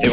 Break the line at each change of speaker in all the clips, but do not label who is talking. If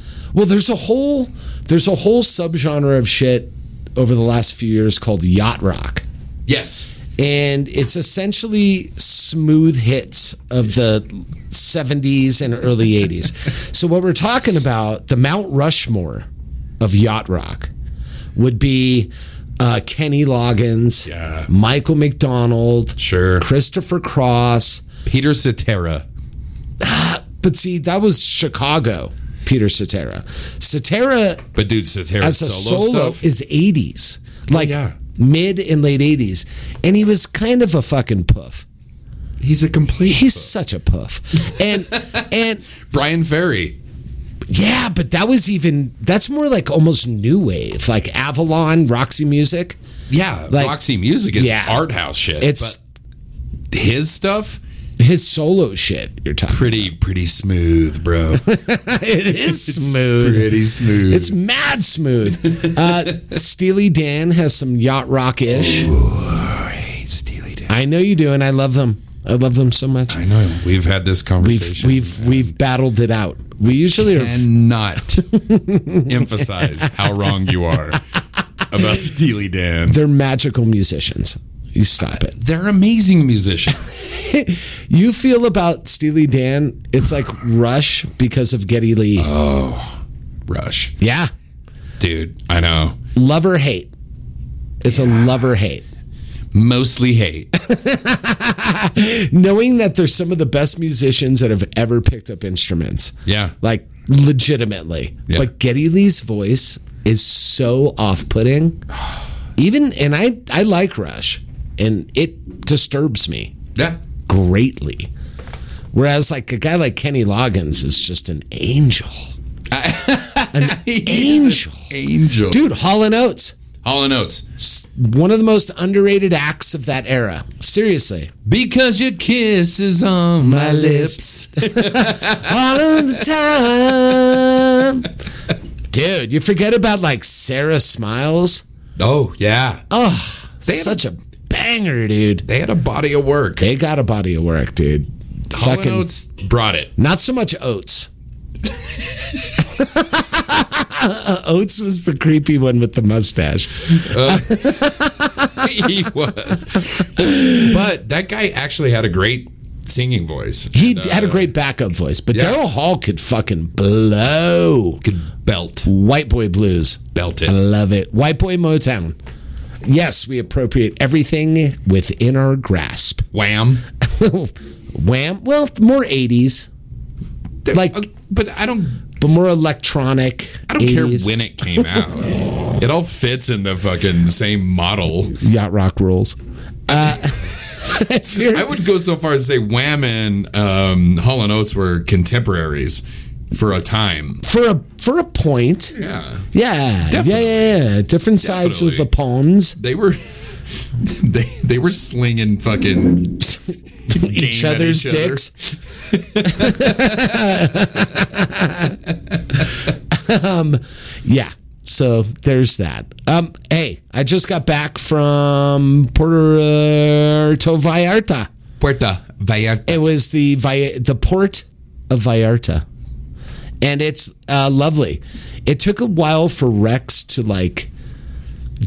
Well, there's a whole there's a whole subgenre of shit over the last few years called yacht rock.
Yes.
And it's essentially smooth hits of the 70s and early 80s. so what we're talking about, the Mount Rushmore of yacht rock would be uh, Kenny Loggins,
Yeah.
Michael McDonald,
Sure.
Christopher Cross,
Peter Cetera.
But see, that was Chicago, Peter Cetera. Cetera
But dude, Cetera's
as a
solo,
solo
stuff. Oh,
is 80s, like
yeah.
mid and late 80s. And he was kind of a fucking puff.
he's a complete.
He's such a puff. And, and
Brian Ferry.
yeah, but that was even, that's more like almost new wave, like Avalon, Roxy Music.
Yeah.
Like-
Roxy Music is
Yeah.
art house shit.
It's
but his stuff.
his solo shit you're talking
Pretty, pretty smooth, bro.
It is smooth.
pretty smooth.
It's mad smooth. Uh, Steely Dan has some yacht rock ish.
Steely Dan.
I know you do, and I love them. I love them so much.
I know. We've had this
We've
conversation.
we've we've battled it out. We usually are.
and not emphasize how wrong you are about Steely Dan.
They're magical musicians. You stop it.
They're amazing musicians.
You feel about Steely Dan? It's like Rush because of Getty Lee.
Rush.
yeah,
Dude, I know.
love or hate. It's a love or hate.
Mostly hate.
Knowing that they're some of the best musicians that have ever picked up instruments.
Yeah.
like legitimately.
Yeah.
But Getty Lee's voice is so off-putting. Even and I I like Rush, and it disturbs me
Yeah.
greatly. Whereas like a guy like Kenny Loggins is just an angel, an angel,
Angel.
dude. Hall and Oates,
Hall and Oates.
one of the most underrated acts of that era. Seriously,
Because your kiss is on my lips.
all of the time. Dude, you forget about like Sarah Smiles.
Oh, yeah.
Oh,
had
such a banger, dude.
They had a body of work.
They got a body of work, dude.
Hall and Oates brought it.
Not so much Oates. Oates was the creepy one with the mustache.
he was. But that guy actually had a great singing voice.
He had a great backup voice, but
Uh, yeah.
Daryl Hall could fucking blow.
Could belt.
White boy blues.
Belt
I
it.
love it. White boy Motown. Yes, we appropriate everything within our grasp.
Wham.
Wham. Well, more 80s, Like-
Uh, but I don't
but more electronic.
I don't care
80s.
when it came out. it all fits in the fucking same model.
Yacht Rock rules. Uh, if you're-
I would go so far as to say Wham and um, Hall and Oates were contemporaries for a time.
for a for a point,
Yeah,
yeah, yeah,
Definitely.
yeah, yeah. Different sides
Definitely.
of the pawns,
they were they they were slinging fucking
each
at
other's
each other.
dicks. um, Um, yeah. So there's that. Um, hey, I just got back from Puerto Vallarta.
Puerta Vallarta.
It was the Vi- the port of Vallarta, and it's uh, lovely. It took a while for Rex to like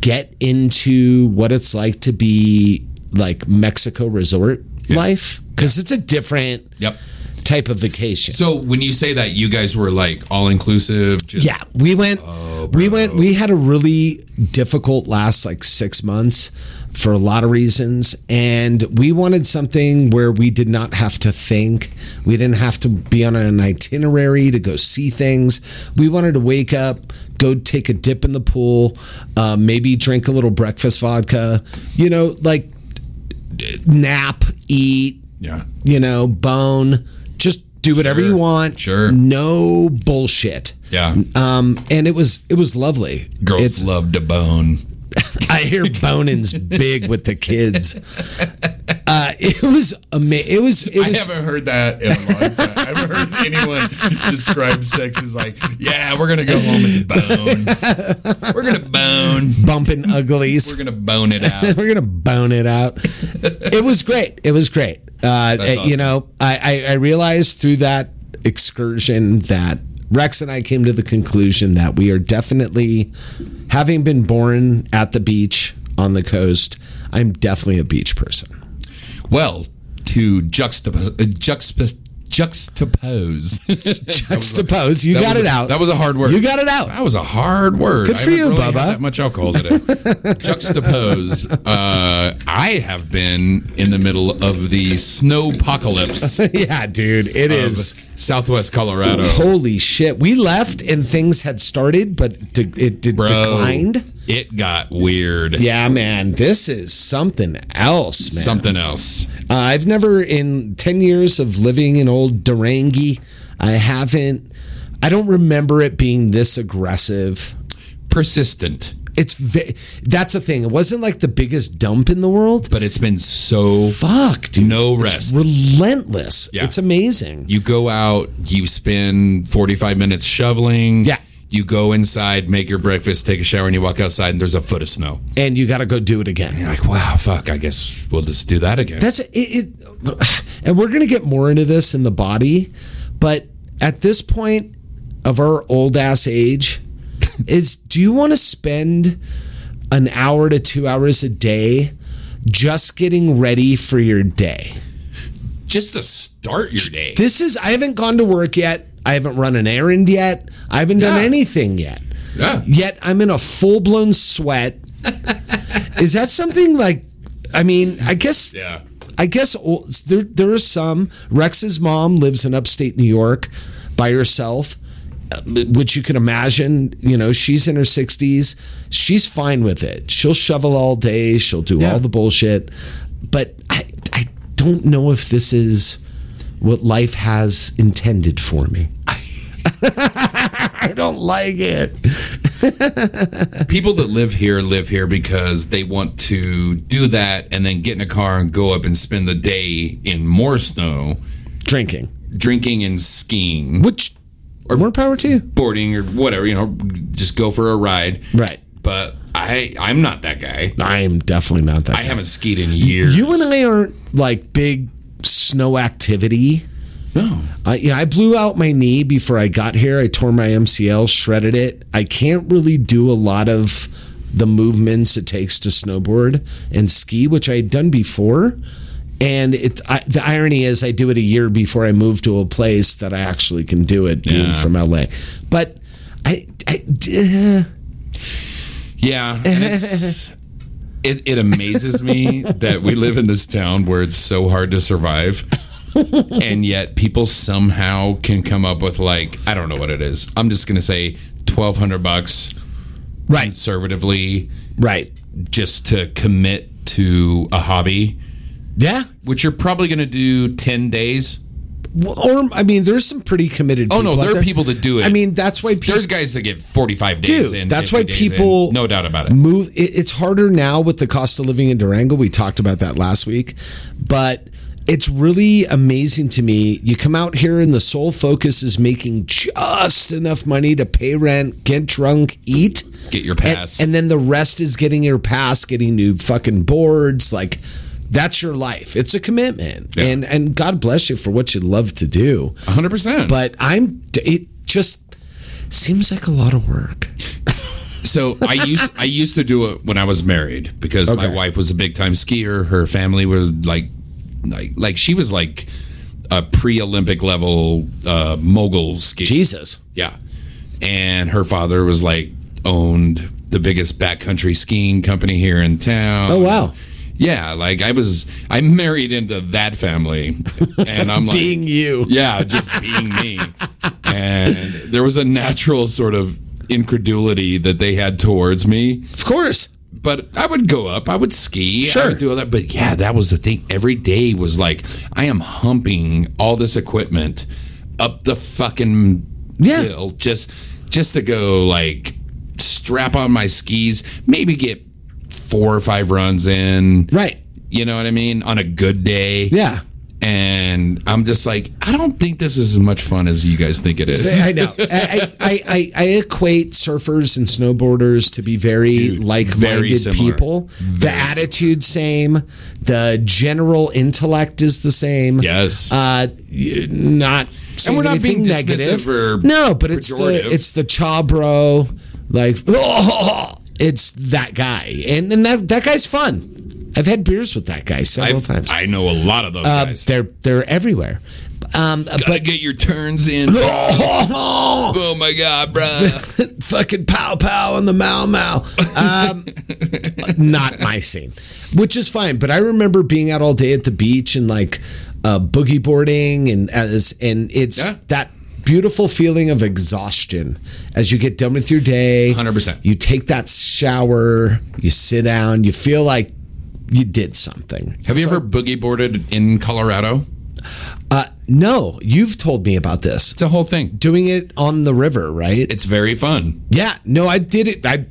get into what it's like to be like Mexico resort life because it's a different.
Yep.
type of vacation.
So when you say that, you guys were like all inclusive. Just
Yeah, we went.
oh,
we went. We had a really difficult last like six months for a lot of reasons, and we wanted something where we did not have to think. We didn't have to be on an itinerary to go see things. We wanted to wake up, go take a dip in the pool, uh, maybe drink a little breakfast vodka. You know, like nap, eat,
yeah.
you know, bone. Just do whatever
Sure,
you want.
sure.
No bullshit.
Yeah.
Um, and it was it was lovely.
Girls
It's-
love to bone.
I hear Bonin's big with the kids. Uh, it was amazing. It was it
I
was
haven't heard that in a long time. I haven't heard anyone describe sex as like, yeah, we're gonna go home and bone. We're gonna bone.
bumping uglies.
We're gonna bone it out.
We're gonna bone it out. it was great. It was great. Uh, You
awesome.
know, I, I, I realized through that excursion that Rex and I came to the conclusion that we are definitely, having been born at the beach on the coast, I'm definitely a beach person.
Well, to juxtapose, uh, juxtapose, juxtapose.
Juxtapose, you
That
got
was
it
a-
out.
That was a hard word.
You got it out.
That was a hard word.
Good
I
for
haven't
you,
really had
Bubba.
That much alcohol today. Juxtapose. Uh, I have been in the middle of the snowpocalypse
yeah, dude, it
of
is.
Southwest Colorado.
Holy shit! We left and things had started, but de- it de-
Bro,
declined.
It got weird.
Yeah, man, this is something else, man.
Something else.
Uh, I've never, in 10 years of living in old Durangi, I haven't, I don't remember it being this aggressive.
Persistent.
It's, ve- that's a thing. It wasn't like the biggest dump in the world.
But it's been so
Fuck, dude.
no rest.
Relentless.
Yeah.
It's amazing.
you go out, you spend 45 minutes shoveling.
Yeah.
You go inside, make your breakfast, take a shower, and you walk outside, and there's a foot of snow.
And you got to go do it again.
You're like, wow, fuck, I guess we'll just do that again.
That's it, it. And we're going to get more into this in the body. But at this point of our old ass age, is do you want to spend an hour to two hours a day just getting ready for your day?
just to start your day.
This is, I haven't gone to work yet. I haven't run an errand yet. I haven't done
Yeah.
anything yet.
yeah.
Yet I'm in a full blown sweat. is that something like, I mean, I guess.
Yeah.
I guess o- there there are some. Rex's mom lives in upstate New York by herself, uh, which you can imagine. You know, she's in her sixties. She's fine with it. She'll shovel all day. She'll do all the bullshit. But I I don't know if this is what life has intended for me. I don't like it.
People that live here live here because they want to do that and then get in a car and go up and spend the day in more snow,
Drinking,
drinking and skiing,
which or more power to you.
boarding or whatever, you know, just go for a ride.
Right.
But I I'm not that guy.
I'm definitely not that.
I haven't skied in years.
You and I aren't like big snow activity.
No.
I, yeah, I blew out my knee before I got here. I tore my MCL, shredded it. I can't really do a lot of the movements it takes to snowboard and ski, which I had done before. And it's I, the irony is I do it a year before I move to a place that I actually can do it, being
Yeah.
from LA. But I, I d- uh,
Yeah. and it's- it, it amazes me that we live in this town where it's so hard to survive. and yet people somehow can come up with like I don't know what it is. I'm just gonna say twelve hundred bucks
right,
conservatively
right,
just to commit to a hobby,
yeah.
which you're probably gonna do ten days.
Or I mean, there's some pretty committed.
Oh no,
out
there are people that do it.
I mean, that's why people.
there's guys that get forty five days
Dude,
in.
that's
50
why
days in.
people-
no doubt about it.
move it, it's harder now with the cost of living in Durango. We talked about that last week, but it's really amazing to me. You come out here and the sole focus is making just enough money to pay rent, get drunk, eat,
Get your pass.
and, and then the rest is getting your pass, getting new fucking boards, like that's your life. It's a commitment.
Yeah.
And and God bless you for what you love to do.
hundred percent.
But I'm it just seems like a lot of work.
So I used I used to do it when I was married because my
Okay.
wife was a big time skier. Her family were like like like she was like a pre-Olympic level uh, mogul skater.
Jesus.
Yeah. And her father was like owned the biggest backcountry skiing company here in town.
Oh wow.
Yeah, like I was I married into that family and I'm like
Being you.
Yeah, just being me. And there was a natural sort of incredulity that they had towards me.
Of course.
But I would go up, I would ski, I
Sure.
would do all that. But yeah, that was the thing. Every day was like I am humping all this equipment up the fucking
Yeah.
hill just just to go like strap on my skis, maybe get four or five runs in.
Right.
You know what I mean? On a good day.
Yeah.
And I'm just like, I don't think this is as much fun as you guys think it is.
I know. I, I, I, I equate surfers and snowboarders to be very
very
like-minded
similar.
people. The
Very
attitude same. The general intellect is the same.
Yes.
Uh, y- not. saying
we're not
anything
being
negative.
dismissive or
no, but it's
pejorative.
the it's the cha bro like it's that guy and and that that guy's fun. I've had beers with that guy several
I've-
times.
I know a lot of those
Uh,
guys.
they're they're everywhere. Um,
Gotta get your turns in.
but
oh my god, bro.
fucking pow pow on the Mau Mau. Um, not my scene, which is fine. But I remember being out all day at the beach and like uh, boogie boarding, and as and it's
Yeah.
that beautiful feeling of exhaustion as you get done with your day.
100%.
You take that shower, you sit down, you feel like you did something.
Have you ever boogie boarded in Colorado?
Uh, no, you've told me about this.
It's a whole thing.
Doing it on the river, right?
It's very fun.
Yeah, no, I did it. I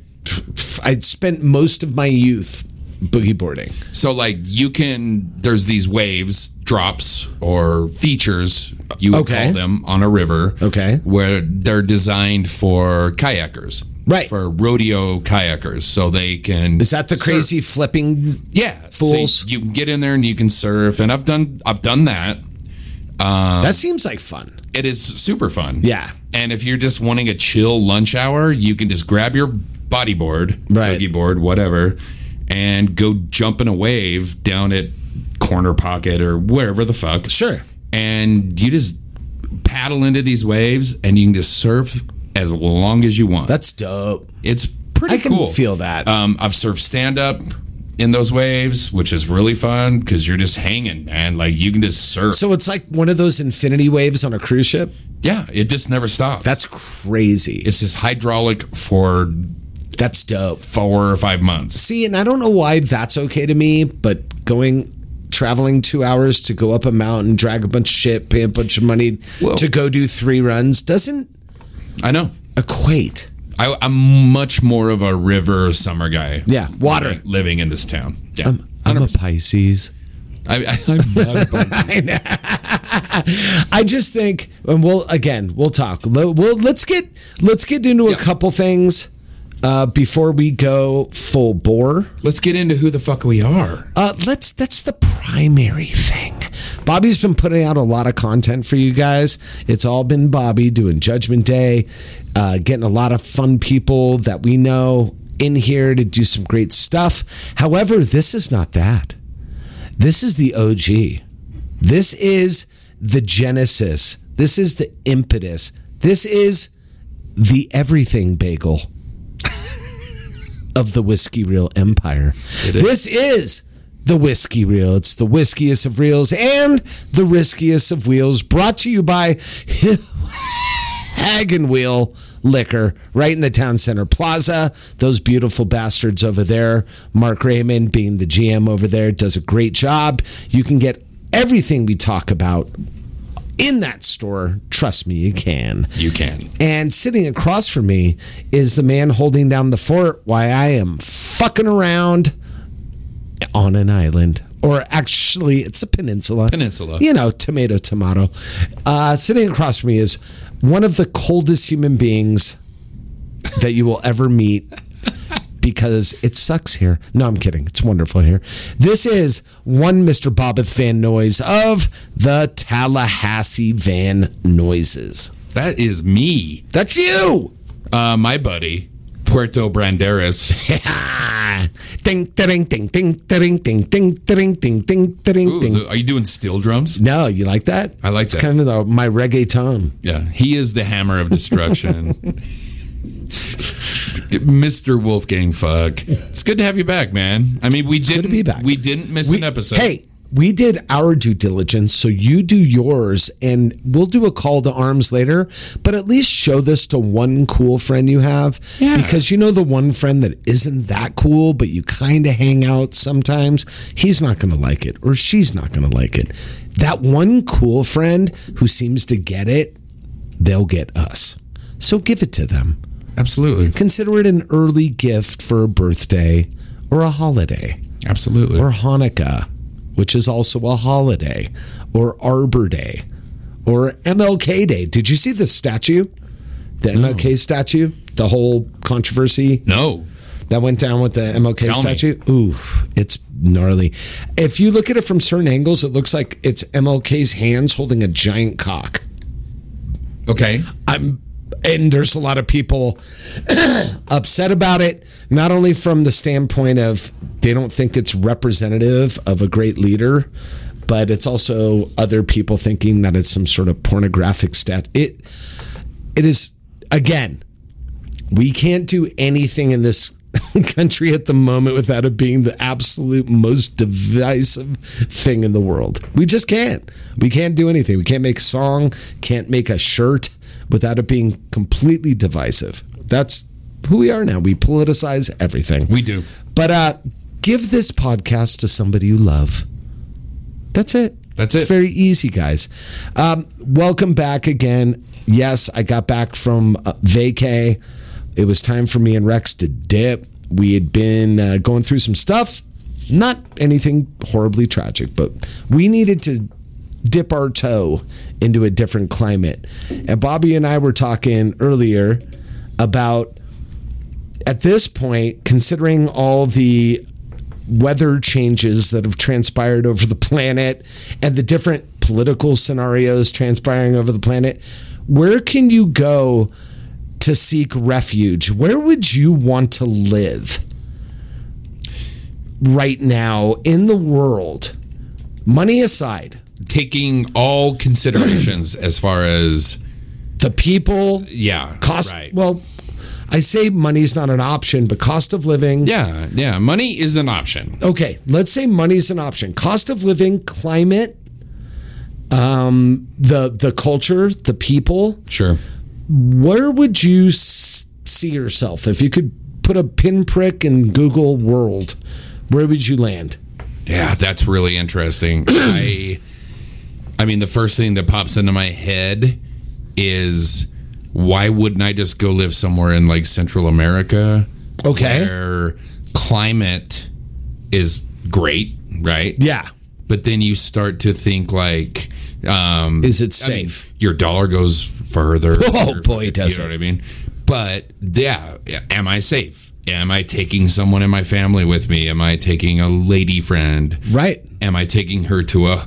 I spent most of my youth boogie boarding.
So like you can there's these waves, drops or features you would
Okay.
call them on a river.
Okay.
Where they're designed for kayakers.
Right.
For rodeo kayakers. So they can
Is that the crazy flipping?
Yeah. so
Fools.
you can get in there and you can surf and I've done I've done that.
that seems like fun.
It is super fun.
Yeah.
And if you're just wanting a chill lunch hour, you can just grab your bodyboard,
Right.
boogie board, whatever, and go jump in a wave down at Corner Pocket or wherever the fuck.
Sure.
And you just paddle into these waves and you can just surf as long as you want.
That's dope.
it's pretty
I can
cool.
feel that.
Um, I've surfed stand up in those waves, which is really fun because you're just hanging, man. Like you can just surf.
So it's like one of those infinity waves on a cruise ship.
yeah, it just never stops.
That's crazy.
it's just hydraulic for
that's dope.
four or five months.
See, and I don't know why that's okay to me, but going traveling two hours to go up a mountain, drag a bunch of shit, pay a bunch of money
Whoa.
to go do three runs doesn't
I know.
equate.
I, I'm much more of a river summer guy.
Yeah, water. Um,
Living, living in this town. Yeah.
I'm a Pisces.
I, I, I'm not a bunch-
I just think, and we'll again, we'll talk. Lo- We'll let's get let's get into a
Yeah.
couple things uh, before we go full bore.
Let's get into who the fuck we are.
Uh, let's that's the primary thing. Bobby's been putting out a lot of content for you guys. It's all been Bobby doing Judgment Day, uh, getting a lot of fun people that we know in here to do some great stuff. However, this is not that. This is the OG. This is the genesis. This is the impetus. This is the everything bagel of the Whiskey Reel Empire. This is the Whiskey Reel. It's the whiskiest of reels and the riskiest of wheels brought to you by Hagen Wheel Liquor right in the town center plaza. Those beautiful bastards over there. Mark Raymond being the GM over there does a great job. You can get everything we talk about in that store. Trust me, you can.
You can.
And sitting across from me is the man holding down the fort while I am fucking around on an island. Or actually, it's a peninsula.
Peninsula.
You know, tomato, tomato. Uh, sitting across from me is one of the coldest human beings that you will ever meet because it sucks here. No, I'm kidding. It's wonderful here. This is one Mr. Bobbeth Van Noise of the Tallahassee Van Noises.
That is me.
That's you!
Uh, my buddy. Puerto Branderas.
ding ding ding ding ding ding ding ding ding ding ding
Ooh,
ding.
are you doing steel drums?
No, you like that?
I like
It's
that.
kind of the, my reggaeton.
Yeah, he is the hammer of destruction. Mr. Wolfgang Fuck. It's good to have you back, man. I mean, we didn't
to be back.
we didn't miss
We-
an episode.
Hey, we did our due diligence, so you do yours, and we'll do a call to arms later. But at least show this to one cool friend you have,
Yeah.
because you know the one friend that isn't that cool, but you kind of hang out sometimes. He's not going to like it, or she's not going to like it. That one cool friend who seems to get it, they'll get us. So give it to them.
absolutely.
Consider it an early gift for a birthday or a holiday
Absolutely.
or Hanukkah, which is also a holiday, or Arbor Day, or MLK Day. Did you see the statue? The MLK statue? The whole controversy
no.
that went down with the MLK
Tell me.
statue? Ooh, it's gnarly. If you look at it from certain angles, it looks like it's MLK's hands holding a giant cock.
Okay.
I'm and there's a lot of people upset about it not only from the standpoint of they don't think it's representative of a great leader but it's also other people thinking that it's some sort of pornographic stat it it is again we can't do anything in this country at the moment without it being the absolute most divisive thing in the world. We just can't. We can't do anything. We can't make a song, can't make a shirt without it being completely divisive. That's who we are now. We politicize everything.
We do.
But uh give this podcast to somebody you love. That's it.
That's
it's
it.
very easy, guys. Um, welcome back again. Yes, I got back from uh, vacay. It was time for me and Rex to dip. We had been uh, going through some stuff, not anything horribly tragic, but we needed to dip our toe into a different climate. And Bobby and I were talking earlier about at this point, considering all the weather changes that have transpired over the planet and the different political scenarios transpiring over the planet, where can you go to seek refuge? Where would you want to live right now in the world? Money aside,
Taking all considerations as far as
the people,
yeah,
cost.
right.
Well, I say money's not an option, but cost of living.
yeah, yeah, money is an option.
okay, let's say money's an option. Cost of living, climate, um, the the culture, the people.
Sure.
Where would you s- see yourself if you could put a pinprick in Google world? Where would you land?
Yeah, that's really interesting. I I mean the first thing that pops into my head is why wouldn't I just go live somewhere in like Central America
Okay.
where climate is great, right?
Yeah.
But then you start to think like um
Is it
I mean,
safe?
your dollar goes further.
Oh,
Your-
boy, it does
You know what I mean? But yeah, am I safe? Am I taking someone in my family with me? Am I taking a lady friend?
right.
Am I taking her to a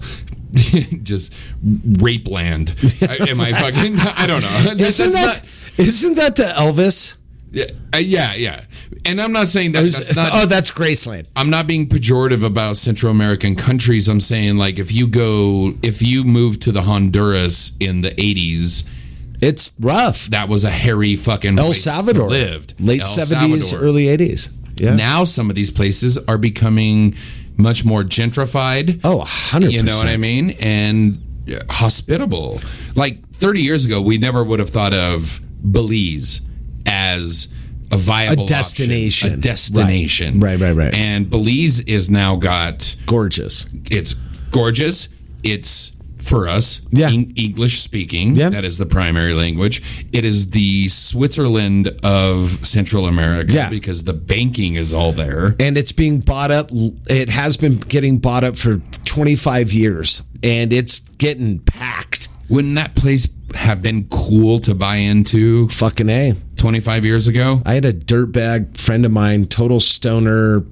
just rape land? I- Am I fucking? I don't know. That's,
Isn't
that's
that isn't that the Elvis?
not. uh, Yeah, yeah. And I'm not saying that. That's not. Uh,
oh, that's Graceland.
I'm not being pejorative about Central American countries. I'm saying like if you go, if you move to the Honduras in the 80s,
It's rough.
that was a hairy fucking
El
place to
Salvador
lived
late
El
seventies,
Salvador.
early eighties. Yeah.
Now some of these places are becoming much more gentrified.
oh, 100
You know what I mean? And uh, hospitable. Like 30 years ago, we never would have thought of Belize as a viable
A destination.
option, a destination.
Right, right, right.
And Belize is now got
Gorgeous.
it's gorgeous. It's for us,
Yeah.
Eng- English speaking.
Yeah.
That is the primary language. It is the Switzerland of Central America
Yeah.
because the banking is all there.
and it's being bought up. It has been getting bought up for 25 years, and it's getting packed.
Wouldn't that place have been cool to buy into
Fucking a.
25 years ago?
I had a dirtbag friend of mine, total stoner,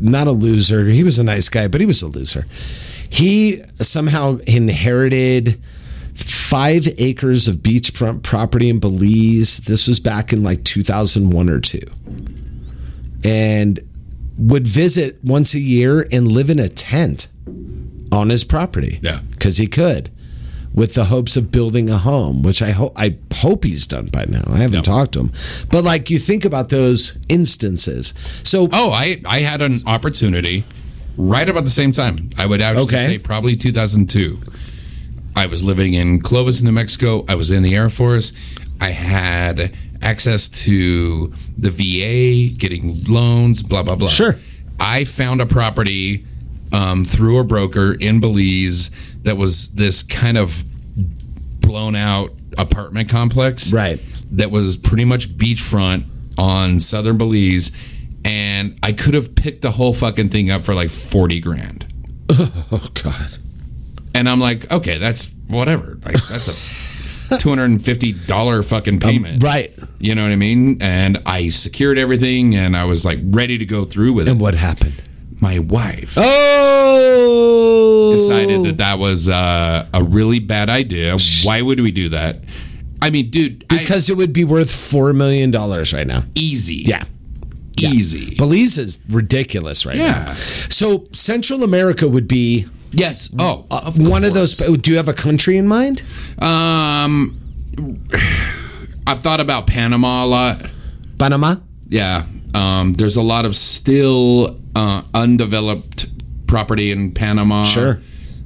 not a loser. He was a nice guy, but he was a loser. He somehow inherited five acres of beachfront property in Belize. This was back in like 2001 or two. And would visit once a year and live in a tent on his property.
Yeah.
Because he could with the hopes of building a home, which I hope I hope he's done by now. I haven't talked to him, but like you think about those instances. So
Oh, I I had an opportunity right about the same time. I would actually
Okay.
say probably 2002. I was living in Clovis, New Mexico. I was in the Air Force. I had access to the VA, getting loans, blah blah blah.
Sure.
I found a property um, through a broker in Belize that was this kind of blown out apartment complex
Right.
that was pretty much beachfront on southern Belize, and I could have picked the whole fucking thing up for like forty grand.
oh god,
And I'm like, okay, that's whatever. Like that's a two hundred and fifty dollar fucking payment,
Um, right?
You know what I mean? And I secured everything, and I was like ready to go through with
And
it.
what happened?
My wife
Oh,
decided that that was uh, a really bad idea. Why would we do that? I mean, dude, I-
because it would be worth four million dollars right now.
easy,
Yeah,
E-, easy,
Belize is ridiculous right now.
yeah,
So Central America would be uh,
yes. Oh,
one of those. Do you have a country in mind?
Um, I've thought about Panama a lot.
Panama.
Yeah, um, there's a lot of still uh, undeveloped property in Panama.
Sure.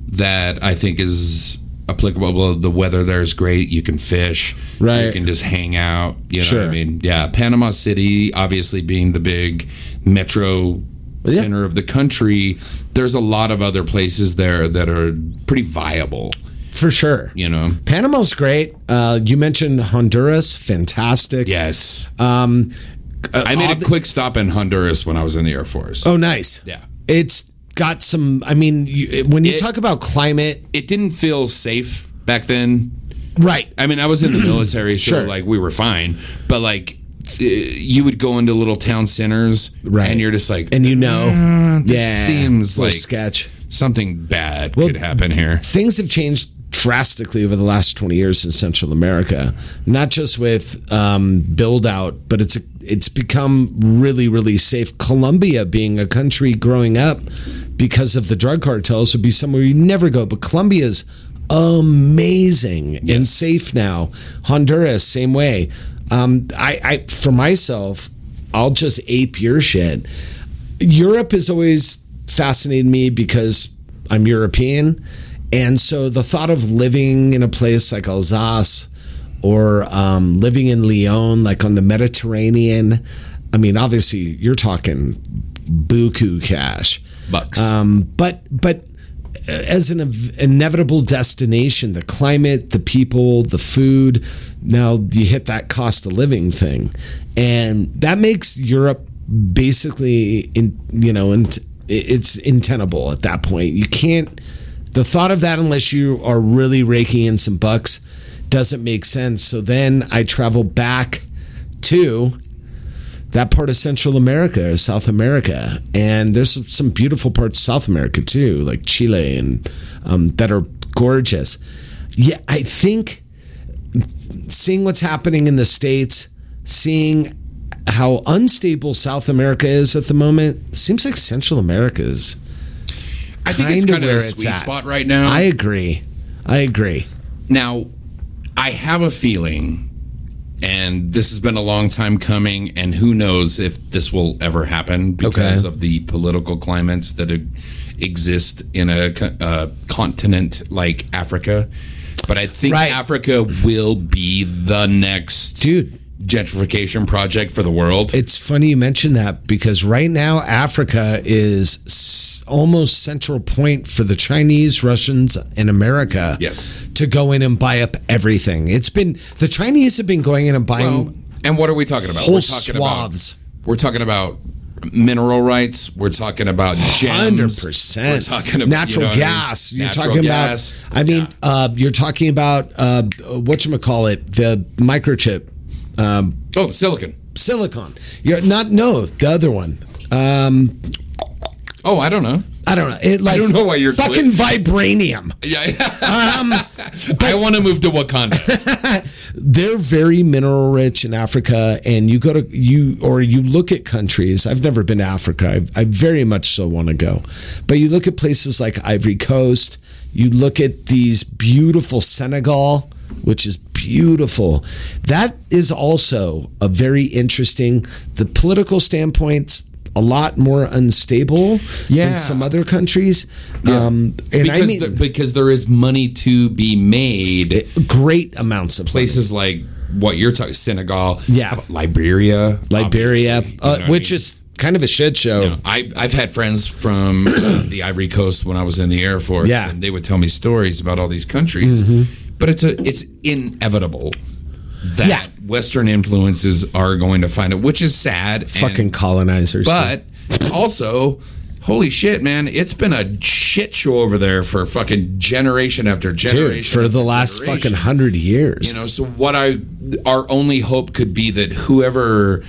that I think is applicable. Well, the weather there is great. You can fish.
Right.
You can just hang out. You know what
Sure.
I mean? Yeah. Panama City, obviously being the big metro center of the country, there's a lot of other places there that are pretty viable.
For sure.
You know?
Panama's great. Uh, you mentioned Honduras, fantastic.
Yes.
Um,
I made a quick stop in Honduras when I was in the Air Force.
oh, nice.
Yeah.
It's got some. I mean, you, when you
It-
talk about climate,
It didn't feel safe back then.
right?
I mean, I was in the military, so
Sure.
like we were fine. But like, th- you would go into little town centers,
Right.
And you're just like,
And you know,
Mm, this seems
little
like
sketch.
something bad could happen here.
Things have changed drastically over the last twenty years in Central America. Not just with um, build out, but it's it's become really really safe. Colombia, being a country growing up because of the drug cartels, would be somewhere you never go. But Colombia's amazing and safe now. Honduras, same way. Um, I, I for myself, I'll just ape your shit. Europe has always fascinated me because I'm European, and so the thought of living in a place like Alsace or um, living in Lyon, like on the Mediterranean. I mean, obviously, you're talking buku cash.
Bucks.
Um, but but uh, as an ev- inevitable destination, the climate, the people, the food. Now you hit that cost of living thing, and that makes Europe basically in you know and it's untenable at that point. You can't. The thought of that, unless you are really raking in some bucks, doesn't make sense. So then I travel back to that part of Central America or South America, and there's some- some beautiful parts of South America too, like Chile and um, that are gorgeous. Yeah, I think seeing what's happening in the states, seeing how unstable South America is at the moment, seems like Central America is.
I think it's
kinda
kind of a
where it's
sweet
at.
spot right now.
I agree. I agree.
Now, I have a feeling, and this has been a long time coming, and who knows if this will ever happen because
Okay.
of the political climates that e- exist in a, co- a continent like Africa. But I think
Right.
Africa will be the next
Dude.
gentrification project for the world.
It's funny you mention that because right now Africa is s- almost central point for the Chinese, Russians, and America.
Yes.
to go in and buy up everything. It's been the Chinese have been going in and buying
Well, and what are we talking about?
whole
we're talking
swaths.
about we're talking about mineral rights. We're talking about
Hundred
gems. We're
percent.
talking about
natural
you know what I mean?
gas. You're
Natural
talking
gas.
about. I mean, uh, you're talking about uh, what you call it, the microchip, um,
Oh, silicon.
silicon. You're not no the other one. Um,
Oh, I don't know.
I don't know. It like
don't know why you're
fucking vibranium.
Yeah,
Um,
I want to move to Wakanda.
they're very mineral rich in Africa, and you go to you or you look at countries. I've never been to Africa. I, I very much so want to go, but you look at places like Ivory Coast. You look at these beautiful Senegal, which is beautiful. That is also a very interesting. The political standpoints a lot more unstable
Yeah.
than some other countries. Um, and
because
I mean,
there, because there is money to be made.
great amounts of places.
Places like what you're talking, Senegal,
Yeah.
Liberia,
Liberia,
obviously, you know
uh,
what I
which
mean?
is kind of a shit show.
You know, I, I've had friends from the Ivory Coast when I was in the Air Force,
Yeah. Mm-hmm.
and they would tell me stories about all these countries. But it's a, it's inevitable that
Yeah.
Western influences are going to find it, which is sad. and-
Fucking colonizers.
but also, holy shit, man, it's been a shit show over there for fucking generation after generation
dude, for
after
the last
generation.
fucking hundred years.
You know, so what I our only hope could be that whoever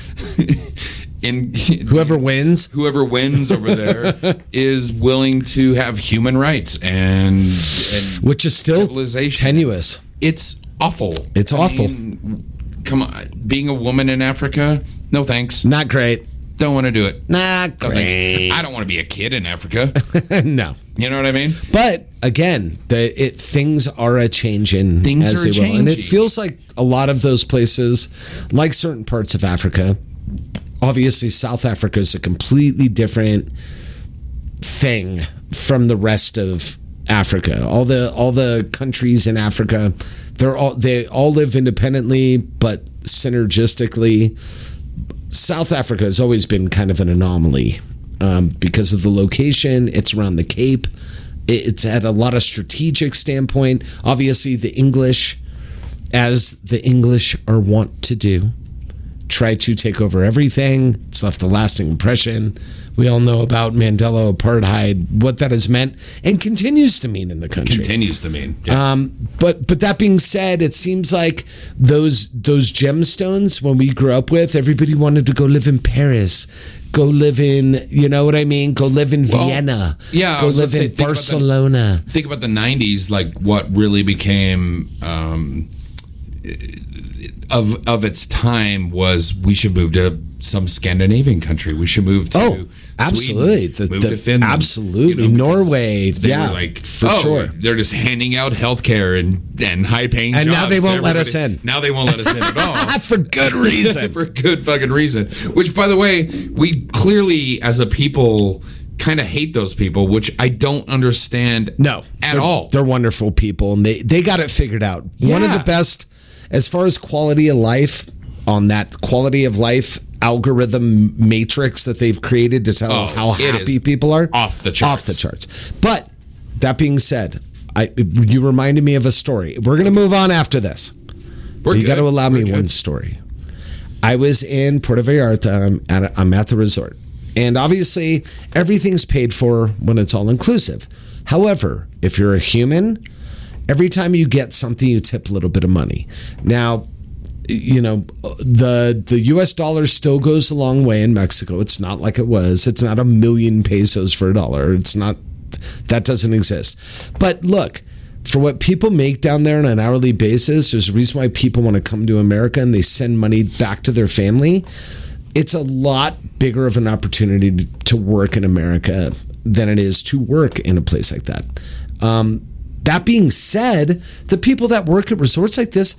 in
Whoever wins,
whoever wins over there is willing to have human rights and, and
which is still
Civilization.
tenuous.
it's awful.
It's awful.
mean, come on, being a woman in Africa, no thanks.
Not great.
Don't want to do it.
Not
No thanks.
great.
I don't want to be a kid in Africa.
no.
You know what I mean?
But again, the, it things are a changing
Things
as
are
they will, and it
changing.
feels like a lot of those places, like certain parts of Africa, obviously South Africa is a completely different thing from the rest of Africa. All the all the countries in Africa, they're all they all live independently but synergistically. South Africa has always been kind of an anomaly um, because of the location. It's around the Cape. It- It's at a lot of strategic standpoint. Obviously, the English, as the English are wont to do, try to take over everything. It's left a lasting impression. We all know about Mandela apartheid, what that has meant, and continues to mean in the country.
Continues to mean. Yeah.
Um, But but that being said, it seems like those those gemstones when we grew up with, everybody wanted to go live in Paris, go live in you know what I mean, go live in
Well,
Vienna,
yeah, I
go
was gonna
live in
say, think about that.
Barcelona.
Think about the '90s, like what really became um, of of its time was we should move to some Scandinavian country. We should move to
Oh,
Sweden,
absolutely. The-
move
the-
to Finland,
absolutely.
because
Norway,
They
yeah,
were like
for
oh,
sure.
They're just handing out healthcare and and high paying.
And now they won't let us in.
Now they won't let us in at all.
Ah, for good reason.
for good fucking reason. Which, by the way, we clearly as a people kind of hate those people, which I don't understand.
No,
at
they're-
all.
They're wonderful people, and they they got it figured out. One of
Yeah.
the best, as far as quality of life, on that quality of life algorithm matrix that they've created to tell
Oh,
how
it
happy
is
people are.
off the
Off the
charts.
charts. But that being said, I you reminded me of a story. We're gonna move on after this.
We're
But you
good.
got to allow
We're
me
good.
one story. I was in Puerto Vallarta. I'm at, a, I'm at the resort. And obviously, everything's paid for when it's all inclusive. However, if you're a human, every time you get something, you tip a little bit of money. Now, you know, the the US dollar still goes a long way in Mexico. It's not like it was. It's not a million pesos for a dollar. It's not that doesn't exist. But look, for what people make down there on an hourly basis, there's a reason why people want to come to America and they send money back to their family. It's a lot bigger of an opportunity to, to work in America than it is to work in a place like that. Um, that being said, the people that work at resorts like this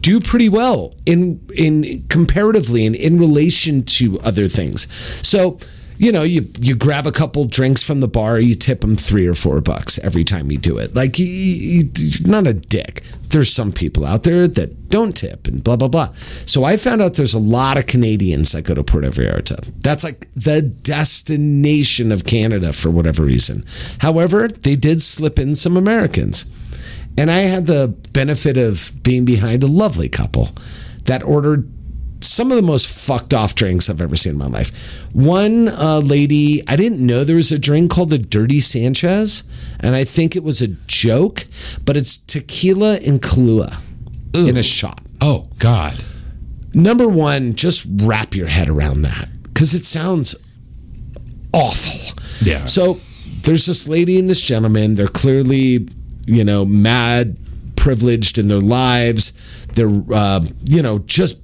do pretty well in in comparatively and in relation to other things. So, you know, you you grab a couple drinks from the bar, you tip them three or four bucks every time you do it. Like, you, you, you're not a dick. There's some people out there that don't tip and blah blah blah. So I found out there's a lot of Canadians that go to Puerto Vallarta. That's like the destination of Canada for whatever reason. However, they did slip in some Americans. And I had the benefit of being behind a lovely couple that ordered some of the most fucked off drinks I've ever seen in my life. One uh, lady, I didn't know there was a drink called the Dirty Sanchez, and I think it was a joke, but it's tequila and Kahlua in a shot.
Oh God.
Number one, just wrap your head around that because it sounds awful.
Yeah.
So there's this lady and this gentleman. They're clearly, you know, mad, privileged in their lives. They're, uh, you know, just